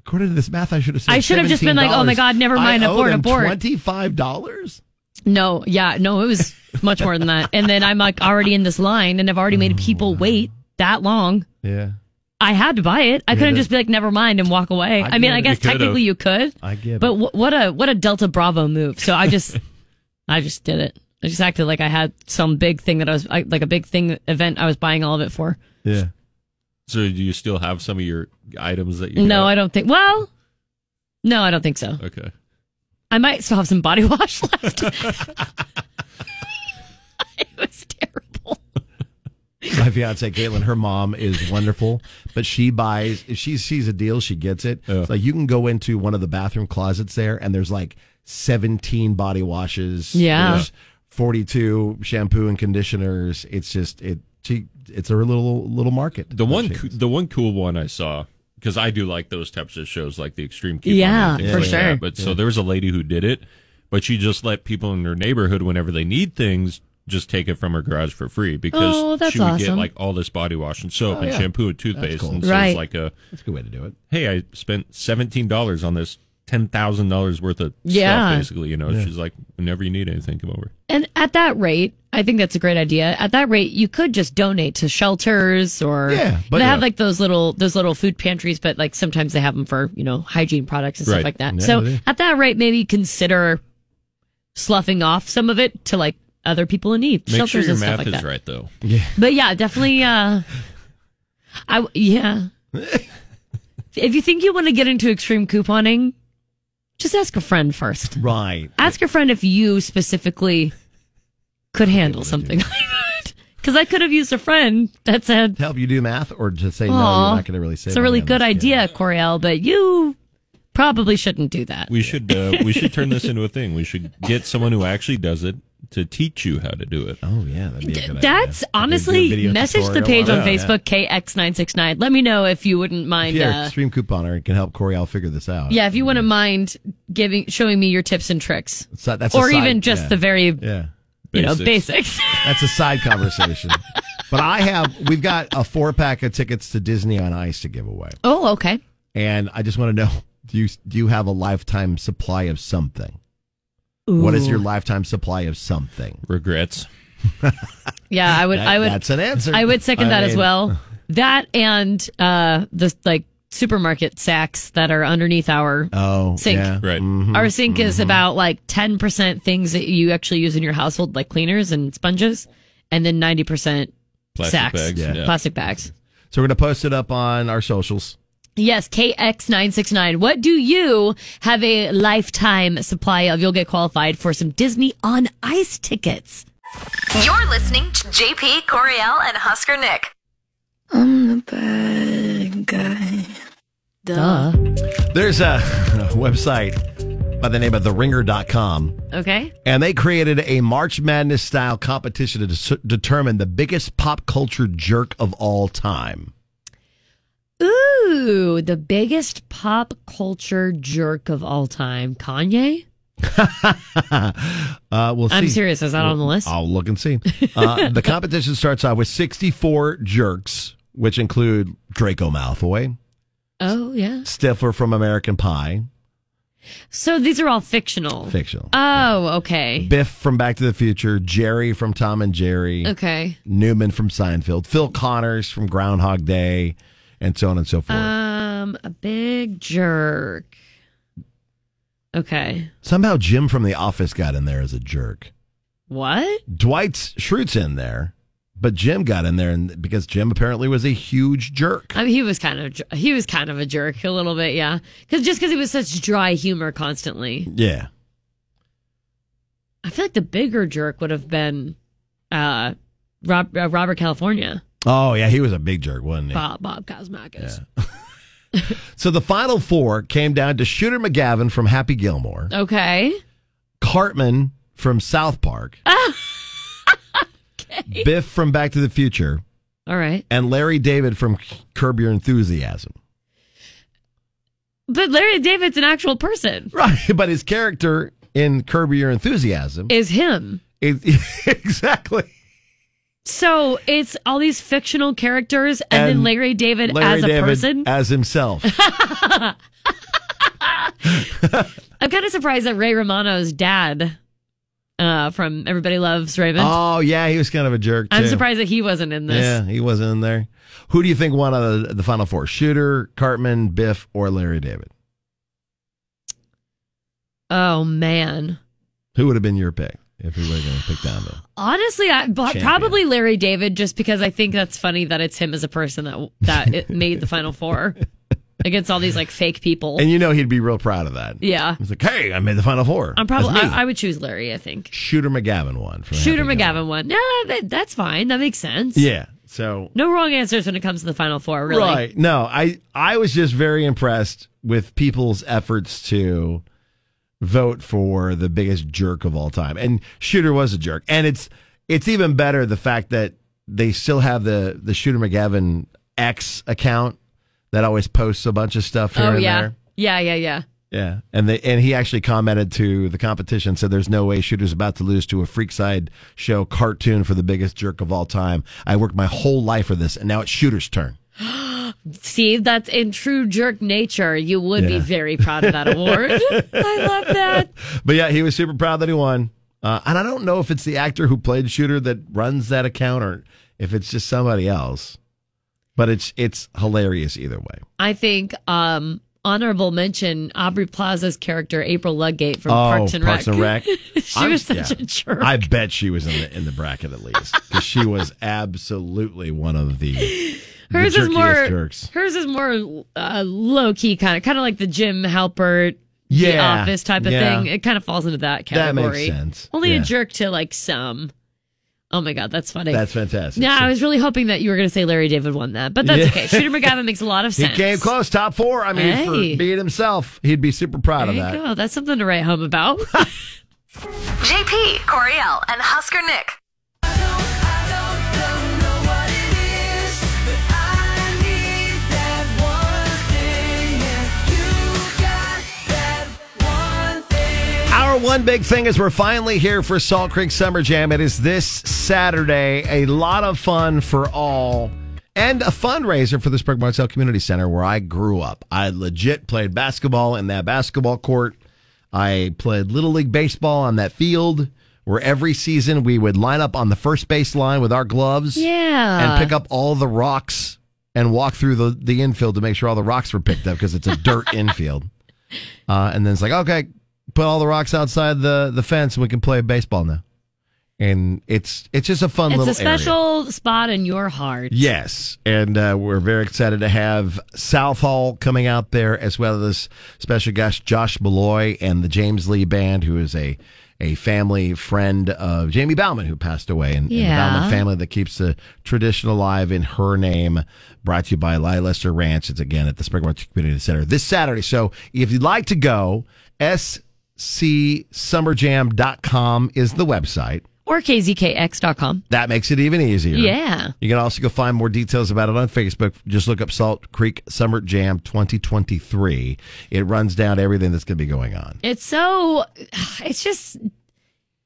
S9: According to this math, I should have said
S10: I should have just been like, oh my
S9: $17.
S10: God, never
S9: I
S10: mind,
S9: owe
S10: abort,
S9: them
S10: abort.
S9: $25?
S10: No, yeah, no, it was much more than that. And then I'm like already in this line and I've already made people
S9: Mm.
S10: wait that long.
S9: Yeah.
S10: I had to buy it. I
S9: Yeah,
S10: couldn't
S9: that-
S10: just be like, never mind, and walk away.
S9: I
S10: I, mean,
S9: get
S10: I
S9: it.
S10: guess
S9: You could've.
S10: technically you could.
S9: I get
S10: But
S9: it.
S10: wh- what a what a Delta Bravo move. So I just, I just did it. I just acted like I had some big thing that I was I, like a big thing event I was buying all of it for.
S9: Yeah.
S11: So do you still have some of your items that you
S10: No, I don't think. Well, no, I don't think so.
S11: Okay.
S10: I might still have some body wash left.
S9: my fiance Caitlin, her mom is wonderful, but she buys if she sees a deal, she gets it. It's like you can go into one of the bathroom closets there, and there's like 17 body washes.
S10: Yeah.
S9: There's 42 shampoo and conditioners. It's just it. She it's her little little market.
S11: The one, coo- the one cool one I saw because I do like those types of shows, like the extreme. Couponing
S10: Yeah,
S11: and things
S10: for
S11: like that.
S10: sure.
S11: But
S10: Yeah.
S11: so there was a lady who did it, but she just let people in her neighborhood whenever they need things just take it from her garage for free because
S10: Oh, that's
S11: she would get
S10: awesome.
S11: like all this body wash and soap
S10: Oh,
S11: and
S10: yeah.
S11: shampoo and
S10: That's
S11: toothpaste,
S10: cool.
S11: and so
S10: Right.
S11: it's like a
S9: that's a good way to do it.
S11: Hey, I spent seventeen dollars on this ten thousand dollars worth of
S10: Yeah.
S11: stuff. Basically, you know,
S10: Yeah.
S11: she's like, whenever you need anything, come over.
S10: And at that rate, I think that's a great idea. At that rate, you could just donate to shelters or
S11: Yeah, but-
S10: they have
S11: Yeah.
S10: like those little those little food pantries, but like sometimes they have them for you know hygiene products and stuff
S11: Right.
S10: like that.
S11: Yeah,
S10: so
S11: they do.
S10: at that rate, maybe consider sloughing off some of it to like other people in need,
S11: Make
S10: shelters
S11: sure your
S10: and stuff
S11: math
S10: like
S11: is
S10: that.
S11: right, though.
S9: Yeah.
S10: But yeah, definitely. Uh, I yeah. if you think you want to get into extreme couponing, just ask a friend first.
S9: Right.
S10: Ask your friend if you specifically could handle something like that. Because I could have used a friend that said,
S9: To help you do math, or to say no, you're
S10: "Aw,
S9: not going to really say.
S10: it's a really good idea, Coriel, but you probably shouldn't do that.
S11: We should uh, we should turn this into a thing. We should get someone who actually does it to teach you how to do it.
S9: Oh yeah, that'd be a good
S10: That's honestly, message the page on Facebook, KX969. Let me know if you wouldn't
S9: If
S10: mind.
S9: you're an
S10: uh,
S9: extreme couponer and can help Corey, I'll figure this out.
S10: yeah, if you wouldn't mind giving showing me your tips and tricks.
S9: So that's a
S10: or
S9: side-
S10: even just
S9: yeah.
S10: the very
S9: yeah.
S10: you know, basics.
S9: That's a side conversation. But I have, we've got a four pack of tickets to Disney on Ice to give away.
S10: Oh, okay.
S9: And I just want to know do you, do you have a lifetime supply of something? What is
S10: Ooh.
S9: your lifetime supply of something?
S11: Regrets.
S10: Yeah, I would.
S9: That-
S10: I would.
S9: that's an answer.
S10: I would second
S9: I
S10: that as
S9: mean-
S10: well. That and uh, the like supermarket sacks that are underneath our
S9: Oh,
S10: sink.
S9: yeah.
S11: Right.
S10: Our sink
S9: Mm-hmm.
S10: is about like ten percent things that you actually use in your household, like cleaners and sponges, and then ninety percent
S9: Plastic
S10: sacks,
S9: bags, yeah.
S10: plastic bags.
S9: So we're going to post it up on our socials.
S10: Yes, KX969. What do you have a lifetime supply of? You'll get qualified for some Disney on Ice tickets.
S6: You're listening to JP Coriel and Husker Nick.
S13: I'm the bad guy.
S10: Duh.
S9: There's a, a website by the name of theringer.com,
S10: Okay.
S9: and they created a March Madness style competition to des- determine the biggest pop culture jerk of all time.
S10: Ooh, the biggest pop culture jerk of all time, Kanye.
S9: Uh, we'll
S10: I'm
S9: see.
S10: serious. Is that on the list?
S9: I'll look and see. Uh, the competition starts out with 64 jerks, which include Draco Malfoy,
S10: Oh yeah.
S9: Stifler from American Pie,
S10: So these are all fictional.
S9: fictional,
S10: Oh, okay.
S9: Biff from Back to the Future, Jerry from Tom and Jerry,
S10: Uh, Okay.
S9: Newman from Seinfeld, Phil Connors from Groundhog Day, and so on and so forth.
S10: Um, a big jerk. Okay.
S9: Somehow Jim from The Office got in there as a jerk.
S10: What?
S9: Dwight Schrute's in there, but Jim got in there and, because Jim apparently was a huge jerk.
S10: I mean, he was kind of jer- he was kind of a jerk a little bit, yeah. Because just because he was such dry humor constantly,
S9: Yeah.
S10: I feel like the bigger jerk would have been, uh, Rob, uh, Robert California,
S9: Oh, yeah, he was a big jerk, wasn't he?
S10: Bob Bob Cosmakis.
S9: So the final four came down to Shooter McGavin from Happy Gilmore,
S10: Okay.
S9: Cartman from South Park, Biff from Back to the Future,
S10: All right.
S9: and Larry David from Curb Your Enthusiasm.
S10: But Larry David's an actual person.
S9: Right. But his character in Curb Your Enthusiasm
S10: Is him.
S9: is exactly
S10: So it's all these fictional characters and,
S9: And
S10: then Larry David
S9: Larry
S10: as a
S9: David
S10: person.
S9: as himself.
S10: I'm kind of surprised that Ray Romano's dad uh, from Everybody Loves Raymond.
S9: oh yeah, he was kind of a jerk.
S10: I'm
S9: too.
S10: surprised that he wasn't in this.
S9: Yeah, he wasn't in there. Who do you think won out of the, the final four? Shooter, Cartman, Biff, or Larry David?
S10: Oh man.
S9: Who would have been your pick if we were going to pick Dondo?
S10: Honestly, I but
S9: Champion.
S10: probably Larry David just because I think that's funny that it's him as a person that that it made the final four against all these like fake people.
S9: And you know he'd be real proud of that.
S10: Yeah.
S9: He's like, hey, I made the final four.
S10: I'm probably
S9: That's me.
S10: I, I would choose Larry, I think.
S9: Shooter McGavin won. From
S10: Shooter
S9: Happy
S10: McGavin won. No, that, that's fine. That makes sense.
S9: Gilmore. Yeah. So
S10: No wrong answers when it comes to the final four, really.
S9: right. No, I I was just very impressed with people's efforts to vote for the biggest jerk of all time. And Shooter was a jerk. And it's it's even better the fact that they still have the the Shooter McGavin X account that always posts a bunch of stuff here
S10: Oh
S9: and
S10: yeah.
S9: there.
S10: Yeah, yeah, yeah.
S9: Yeah, and they and he actually commented to the competition said there's no way Shooter's about to lose to a freak side show cartoon for the biggest jerk of all time. I worked my whole life for this, and now it's Shooter's turn.
S10: See, that's in true jerk nature. You would
S9: Yeah.
S10: be very proud of that award. I love that.
S9: But yeah, he was super proud that he won. Uh, and I don't know if it's the actor who played Shooter that runs that account or if it's just somebody else. But it's it's hilarious either way.
S10: I think um honorable mention Aubrey Plaza's character April Ludgate
S9: Oh,
S10: from Parks and Rec. she
S9: I'm-
S10: was such
S9: yeah.
S10: a jerk.
S9: I bet she was in the in the bracket at least because she was absolutely one of the the
S10: hers is
S9: jerkiest
S10: more
S9: jerks.
S10: hers is more uh, low key kind of kind of like the Jim Halpert the
S9: Yeah.
S10: office type of
S9: Yeah.
S10: thing. It kind of falls into that
S9: That makes
S10: category.
S9: sense.
S10: Only
S9: Yeah.
S10: a jerk to like some. Oh my god, that's funny.
S9: That's fantastic.
S10: Yeah, I was really hoping that you were going to say Larry David won that, but that's
S9: Yeah.
S10: okay. Shooter McGavin makes a lot of
S9: He
S10: sense.
S9: came close, top four. I mean,
S10: Hey.
S9: for being himself, he'd be super proud of
S10: There you
S9: that.
S10: go. That's something to write home about.
S6: JP Coriel and Husker Nick.
S9: Our one big thing is we're finally here for Salt Creek Summer Jam. It is this Saturday. A lot of fun for all. And a fundraiser for the Spring Martell Community Center where I grew up. I legit played basketball in that basketball court. I played Little League Baseball on that field where every season we would line up on the first base line with our gloves
S10: Yeah.
S9: and pick up all the rocks and walk through the, the infield to make sure all the rocks were picked up because it's a dirt infield. Uh, and then it's like, okay, put all the rocks outside the, the fence and we can play baseball now. And it's it's just a fun
S10: it's
S9: little
S10: a
S9: area.
S10: special spot in your heart.
S9: Yes, and uh, we're very excited to have South Hall coming out there as well as special guest Josh Malloy and the James Lee Band, who is a a family friend of Jamie Bauman, who passed away, and, and the
S19: Yeah.
S9: Bauman family that keeps the tradition alive in her name. Brought to you by Leicester Ranch. It's again at the Springwater Community Center this Saturday. So if you'd like to go, scsummerjam.com is the website.
S10: Or kzkx.com.
S9: That makes it even easier.
S10: Yeah.
S9: You can also go find more details about it on Facebook. Just look up Salt Creek Summer Jam 2023. It runs down everything that's going to be going on.
S10: It's so, it's just,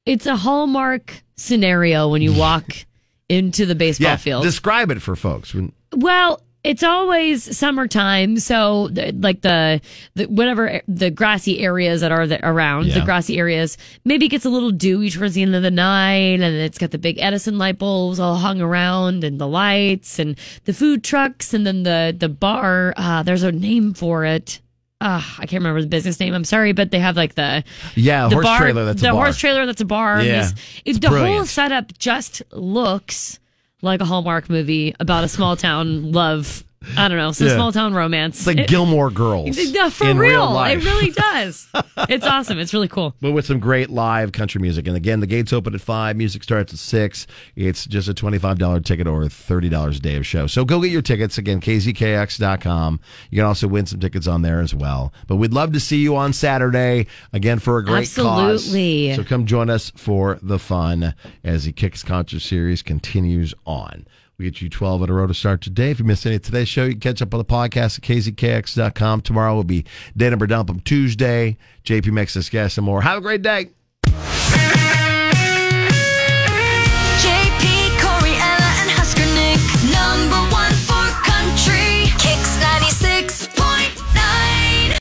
S10: it's a hallmark scenario when you walk into the baseball
S9: yeah,
S10: field.
S9: describe it for folks. When-
S10: Well, it's always summertime, so th- like the, the whatever the grassy areas that are the, around
S20: Yeah.
S10: the grassy areas maybe it gets a little dewy towards the end of the night, and it's got the big Edison light bulbs all hung around, and the lights, and the food trucks, and then the the bar. Uh, there's a name for it. Uh, I can't remember the business name. I'm sorry, but they have like the
S9: Yeah, a
S10: the
S9: horse
S10: bar-
S9: trailer that's a
S10: the
S9: bar.
S10: horse trailer that's a bar. and
S9: Yeah.
S10: this-
S9: It's
S10: it, the whole
S9: brilliant.
S10: setup just looks like a Hallmark movie about a small town love. I don't know, some
S9: Yeah.
S10: small town romance.
S9: It's like
S10: It-
S9: Gilmore Girls.
S10: Yeah, for
S9: in
S10: real,
S9: real life.
S10: it really does. It's awesome. It's really cool.
S9: but with some great live country music. And again, the gates open at five. Music starts at six. It's just a twenty-five dollar ticket or thirty dollars a day of show. So go get your tickets again. KZKX.com. You can also win some tickets on there as well. But we'd love to see you on Saturday again for a great
S10: Absolutely.
S9: cause. So come join us for the fun as the Kicks concert series continues on. We get you 12 in a row to start today. If you missed any of today's show, you can catch up on the podcast at kzkx.com. Tomorrow will be Day Number Dump 'em Tuesday. JP makes us guess and more. Have a great day.